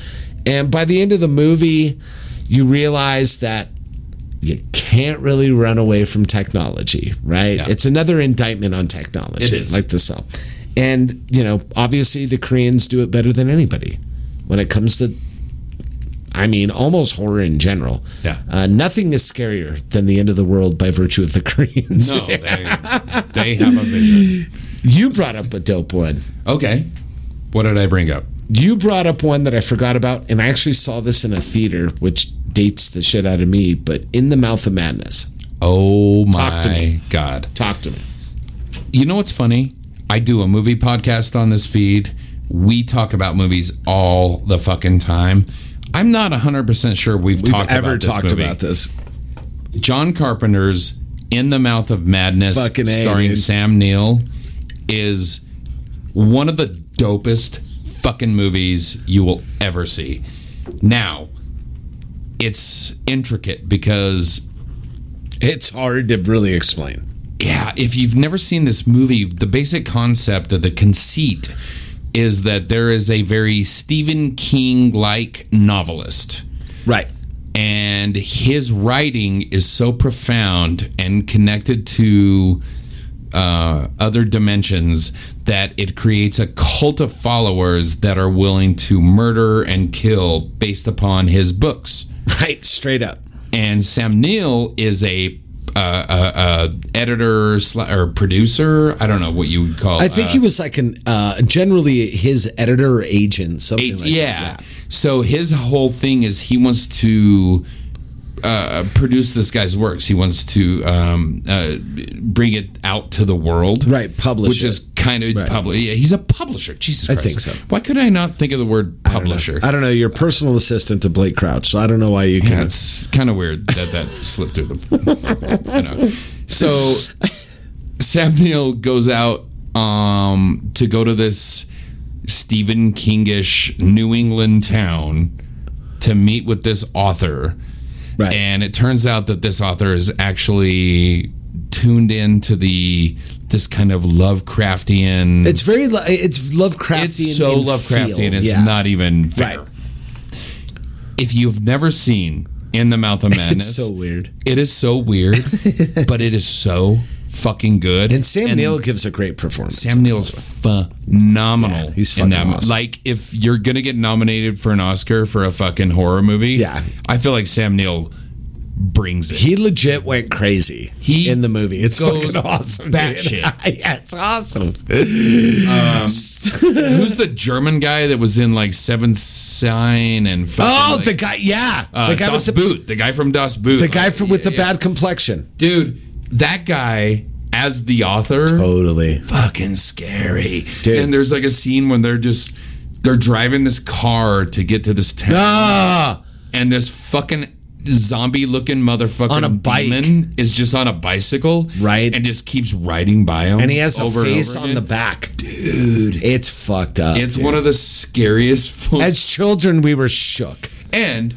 And by the end of the movie, you realize that you can't really run away from technology, right? It's another indictment on technology,
It is.
like the cell. And, you know, obviously the Koreans do it better than anybody when it comes to I mean, almost horror in general.
Yeah.
Uh, nothing is scarier than the end of the world by virtue of the Koreans.
No, they, they have a vision.
You brought up a dope one.
Okay. What did I bring up?
You brought up one that I forgot about, and I actually saw this in a theater, which dates the shit out of me, but In the Mouth of Madness.
Oh
Talk to
my
me.
God.
Talk to me.
You know what's funny? I do a movie podcast on this feed. We talk about movies all the fucking time. I'm not 100% sure we've, talked about this movie.
this.
John Carpenter's In the Mouth of Madness,
Fucking A,
starring
dude.
Sam Neill, is one of the dopest fucking movies you will ever see. Now, it's intricate because
It's hard to really explain.
yeah, if you've never seen this movie, the basic concept of the conceit is that there is a very Stephen King like novelist.
Right.
and his writing is so profound and connected to uh, other dimensions that it creates a cult of followers that are willing to murder and kill based upon his books.
Right. Straight up.
And Sam Neill is a uh, uh, uh, editor sla- or producer. I don't know what you would call.
I think he was like an uh, generally his editor or agent, something like
yeah.
that.
So his whole thing is he wants to uh, produce this guy's works. He wants to um, uh, bring it out to the world,
Right, publish
which
it.
is kind of public. Yeah, he's a publisher. Jesus,
I
Christ.
think so.
Why could I not think of the word publisher?
I don't know. You're personal assistant to Blake Crouch, so I don't know why you can't.
That's kind of weird that that slipped through the. I know. So Sam Neill goes out um, to go to this Stephen Kingish New England town to meet with this author, And it turns out that this author is actually tuned into the this kind of Lovecraftian.
It's very, lo- it's Lovecraftian.
It's so
in
Lovecraftian.
feel.
It's
Yeah.
not even fair. If you've never seen In the Mouth of
It's
Madness,
so weird.
It is so weird, but it is so fucking good. And
Sam Neill gives a great performance.
Sam Neill's phenomenal.
he's
in
fucking
that. mo-
awesome.
Like if you're gonna get nominated for an Oscar for a fucking horror movie, yeah, I feel like Sam Neill brings it.
He legit went crazy
he
in the movie. It's
goes
fucking awesome. dude.
batshit.
yeah, it's awesome.
Um, who's the German guy that was in like Seventh Sign and fucking,
Oh,
like,
the guy, yeah,
uh,
the guy
Das
with the
Boot, the guy from Das Boot,
the guy
Like,
from, with the
yeah,
bad complexion.
dude. That guy as the author,
Totally.
fucking scary.
Dude.
And there's like a scene when they're just they're driving this car to get to this town,
Ah!
and this fucking zombie looking motherfucker
On a bike.
demon is just on a bicycle,
Right.
and just keeps riding by him,
And he has a
Um, over and
face
over
on
again.
the back. Dude. It's fucked up.
It's
dude.
one of the scariest films.
As children, we were shook.
and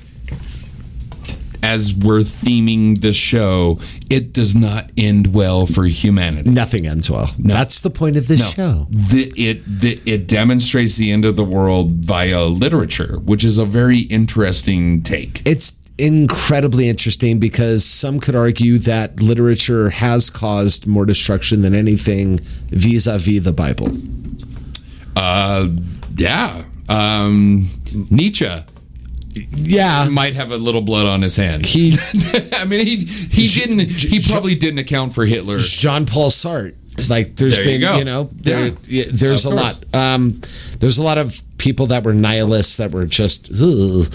as we're theming the show, it does not end well for humanity.
Nothing ends well. That's the point of this show.
The, it the, it demonstrates the end of the world via literature, which is a very interesting take.
It's incredibly interesting because some could argue that literature has caused more destruction than anything vis a vis the Bible.
Uh, yeah, um, Nietzsche
Yeah.
might have a little blood on his hands.
He,
I mean, he he didn't he probably didn't account for Hitler.
Jean Paul Sartre. Like there's
There you
been,
go.
you, know, there,
Yeah.
yeah, there's
Of
a
course.
lot. Um, there's a lot of people that were nihilists that were just. ugh.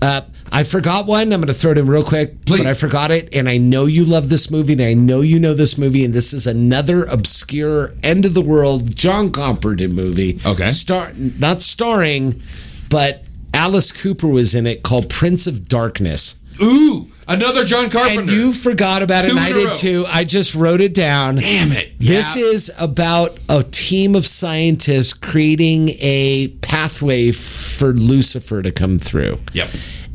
Uh, I forgot one. I'm going to throw it in real quick,
Please.
but I forgot it. And I know you love this movie, and I know you know this movie. And this is another obscure end of the world John Comperton movie.
Okay.
star not starring, but Alice Cooper was in it called Prince of Darkness.
Ooh, another John Carpenter.
And you forgot about it,
Two
and I
in a row.
did too. I just wrote it down.
Damn it.
This
Yeah.
is about a team of scientists creating a pathway for Lucifer to come through.
Yep.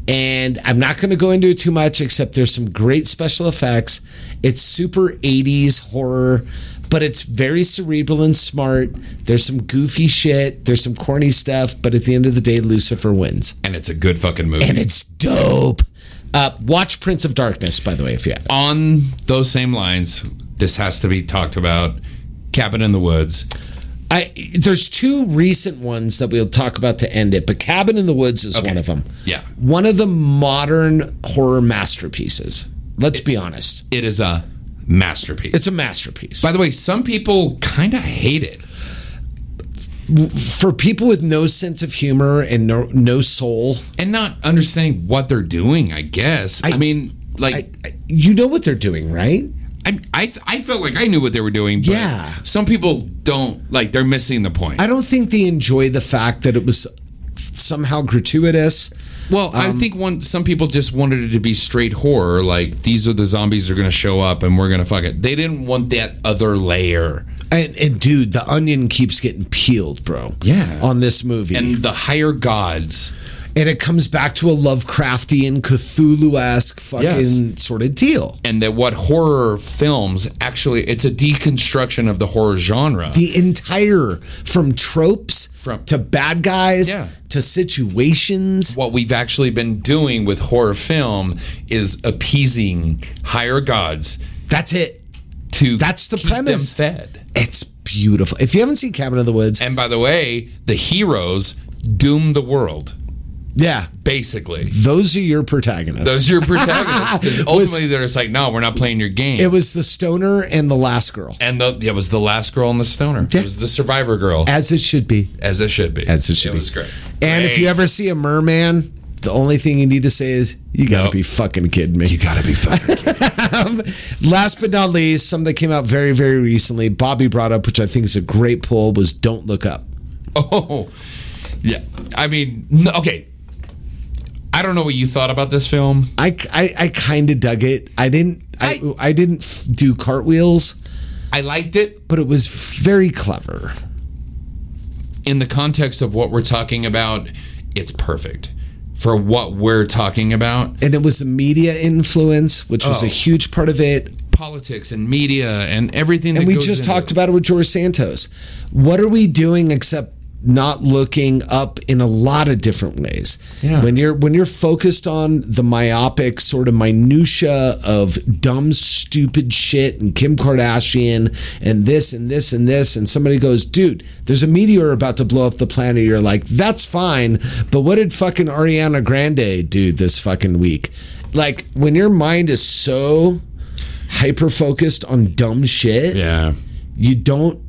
And I'm not going to go into it too much, except there's some great special effects. It's super 80s horror, but it's very cerebral and smart. There's some goofy shit, there's some corny stuff, but at the end of the day, Lucifer wins.
And it's a good fucking movie.
And it's dope. Uh, watch Prince of Darkness, by the way, if you have.
on those same lines, this has to be talked about. Cabin in the Woods.
I there's two recent ones that we'll talk about to end it, but Cabin in the Woods is one of them.
Yeah.
One of the modern horror masterpieces. Let's be honest.
It is a masterpiece.
It's a masterpiece.
By the way, some people kind of hate it.
For people with no sense of humor and no no soul,
And not understanding what they're doing, I guess. I, mean, like, I,
you know what they're doing, right?
I, I, felt like I knew what they were doing. But
Yeah.
Some people don't, like, they're missing the point.
I don't think they enjoy the fact that it was somehow gratuitous.
Well, I
Um,
think one some people just wanted it to be straight horror, like these are the zombies that are going to show up and we're going to fuck it. They didn't want that other layer.
And, and dude, the onion keeps getting peeled, bro.
Yeah.
On this movie.
And the higher gods,
and it comes back to a Lovecraftian Cthulhu-esque fucking
Yes.
sort of deal.
and that what horror films actually it's a deconstruction of the horror genre.
The entire from tropes
From-
to bad guys
Yeah.
to situations.
what we've actually been doing with horror film is appeasing higher gods
That's it.
to
That's the
keep them
premise.
fed.
It's beautiful. If you haven't seen Cabin in the Woods,
And by the way, the heroes doom the world
yeah,
basically.
those are your protagonists.
Those are your protagonists. 'Cause ultimately, they're just like, no, we're not playing your game.
it was the stoner and the last girl,
and the, it was the last girl and the stoner. It was the survivor girl,
as it should be.
as it should be.
As it should be.
was great.
And if
Great.
you ever see a merman, the only thing you need to say is, you gotta
Nope.
be fucking kidding me.
you gotta be fucking.
Last but not least, something that came out very, very recently, Bobby brought up, which I think is a great pull, was Don't Look Up.
oh, yeah. I mean, no, okay. I don't know what you thought about this film.
I, I, I kind of dug it. I didn't I, I, didn't f- do cartwheels,
I liked it
but it was very clever.
in the context of what we're talking about. It's perfect. for what we're talking about.
And it was the media influence, which was a
Oh.
huge part of it.
Politics and media and everything. That
And we
goes
just
into
talked about it with George Santos. What are we doing except not looking up in a lot of different ways?
Yeah.
When you're when you're focused on the myopic sort of minutia of dumb, stupid shit and Kim Kardashian and this and this and this, and somebody goes, dude, there's a meteor about to blow up the planet. You're like, that's fine, but what did fucking Ariana Grande do this fucking week? Like when your mind is so hyper focused on dumb shit
Yeah.
you don't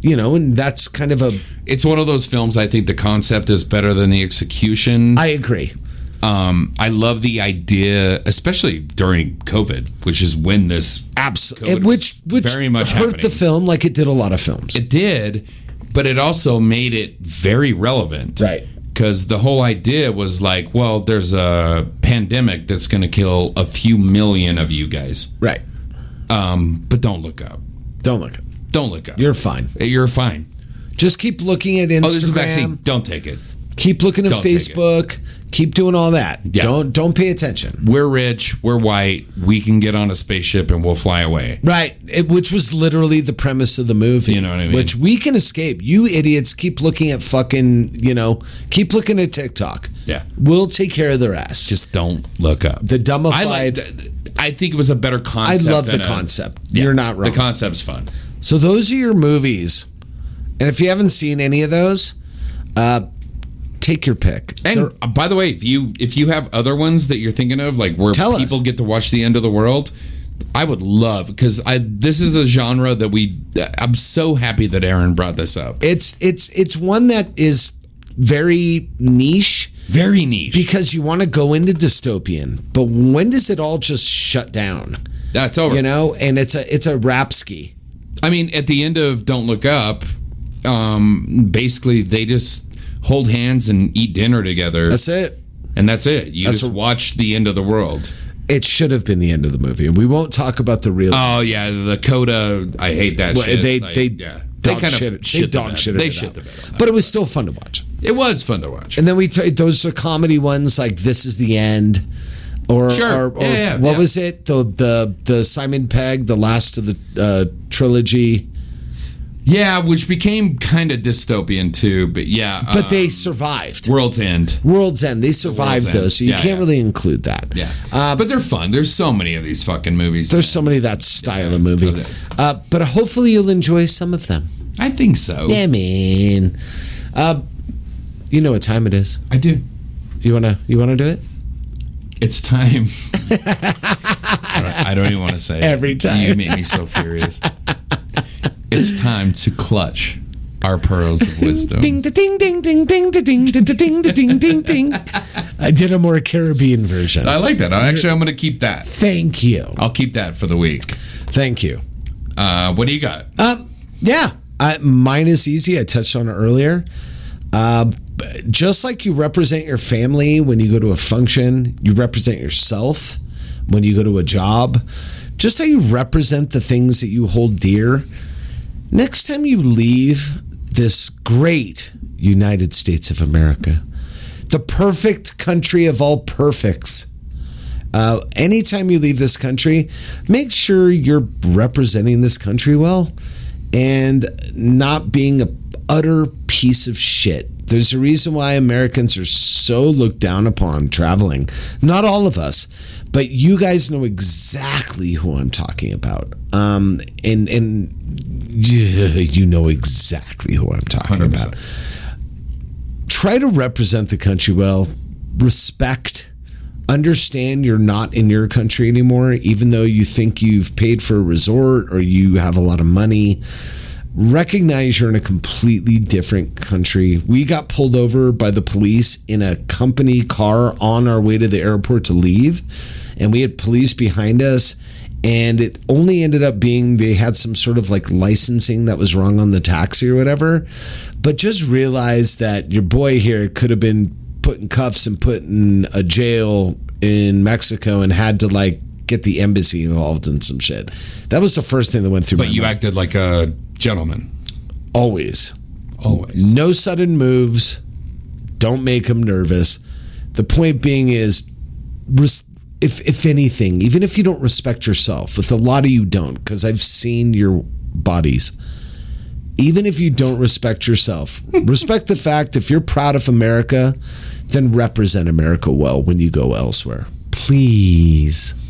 you know and that's kind of a
It's one of those films I think the concept is better than the execution.
i agree
Um, I love the idea, especially during COVID, which is when this
absolutely
COVID was
which which
very much
hurt
happening.
the film like it did a lot of films
it did, but it also made it very relevant.
Right.
Because the whole idea was like, well, there's a pandemic that's going to kill a few million of you guys,
right
um, but don't look up.
don't look
Don't look up.
you're fine
You're fine.
just keep looking at instagram
Oh, there's a vaccine. Don't take it.
keep looking at
Don't take it.
facebook keep doing all that
Yeah.
don't don't pay attention
We're rich. We're white. We can get on a spaceship and we'll fly away.
right it, which was literally the premise of the movie
You know what I mean?
which we can escape you idiots keep looking at fucking you know keep looking at tiktok
Yeah.
we'll take care of the rest just
Just don't look up.
the dumbified
I like. I think it was a better
I
concept.
love
than
the
a-
concept.
Yeah,
You're not wrong.
The concept's fun.
so those are your movies, and if you haven't seen any of those, uh, take your pick.
And
They're-
uh, by the way, if you if you have other ones that you're thinking of, like where
Tell us.
people get to watch the end of the world, I would love because I this is a genre that we. uh, I'm so happy that Aaron brought this up.
it's it's it's one that is very niche
Very niche.
because you want to go into dystopian, but when does it all just shut down?
That's over.
You know, and it's a it's a rapsky.
I mean, at the end of Don't Look Up, um, basically they just hold hands and eat dinner together,
That's it.
and that's it. You
That's
just
a-
watch the end of the world.
It should have been the end of the movie. We won't talk about the real.
Oh yeah, the coda. I hate that
Well,
shit.
they
Like,
they
yeah.
dog shit, they
the
dog
bed.
shitted
They
it
shit
up.
the bed. on that.
but it was still fun to watch.
It was fun to watch.
And then we t- those are comedy ones like "This Is the End," or,
Sure.
or, or
Yeah, yeah,
what
yeah.
was it? The the the Simon Pegg, the last of the uh, trilogy.
Yeah, which became kind of dystopian too. But yeah,
But
um,
they survived.
World's End.
World's End. They survived
End.
those, so you
Yeah,
can't
yeah.
really include that.
Yeah, Uh, but they're fun. There's so many of these fucking movies.
There's so many of that style
Okay.
of movie, uh, but hopefully you'll enjoy some of them.
I think so.
Yeah, man. Uh, you know what time it is.
I do.
You wanna you wanna do it?
It's time. I, don't, I don't even want to say it.
Every time.
You make me so furious. it's time to clutch our pearls of wisdom.
Ding da ding ding ding ding da ding da da ding da ding ding ding. I did a more Caribbean version.
I like that. I actually, I'm going to keep that.
Thank you.
I'll keep that for the week.
Thank you.
Uh, what do you got?
Um, yeah, I, mine is easy. I touched on it earlier. Uh, just like you represent your family when you go to a function, you represent yourself when you go to a job. Just how you represent the things that you hold dear. Next time you leave this great United States of America, the perfect country of all perfects. Uh, anytime you leave this country, make sure you're representing this country well and not being a utter piece of shit. There's a reason why Americans are so looked down upon traveling. Not all of us, but you guys know exactly who I'm talking about. Um, and and you know exactly who I'm talking about try to represent the country well, respect, understand you're not in your country anymore, even though you think you've paid for a resort or you have a lot of money. Recognize you're in a completely different country. We got pulled over by the police in a company car on our way to the airport to leave, and we had police behind us. And it only ended up being they had some sort of like licensing that was wrong on the taxi or whatever but just realize that your boy here could have been put in cuffs and put in a jail in Mexico and had to like get the embassy involved in some shit. That was the first thing that went through
But
my
you
mind.
acted like a gentleman.
Always,
Always.
no sudden moves. Don't make him nervous. The point being is, res- if if anything, even if you don't respect yourself, with a lot of you don't, because I've seen your bodies. Even if you don't respect yourself, respect the fact if you're proud of America, then represent America well when you go elsewhere. Please.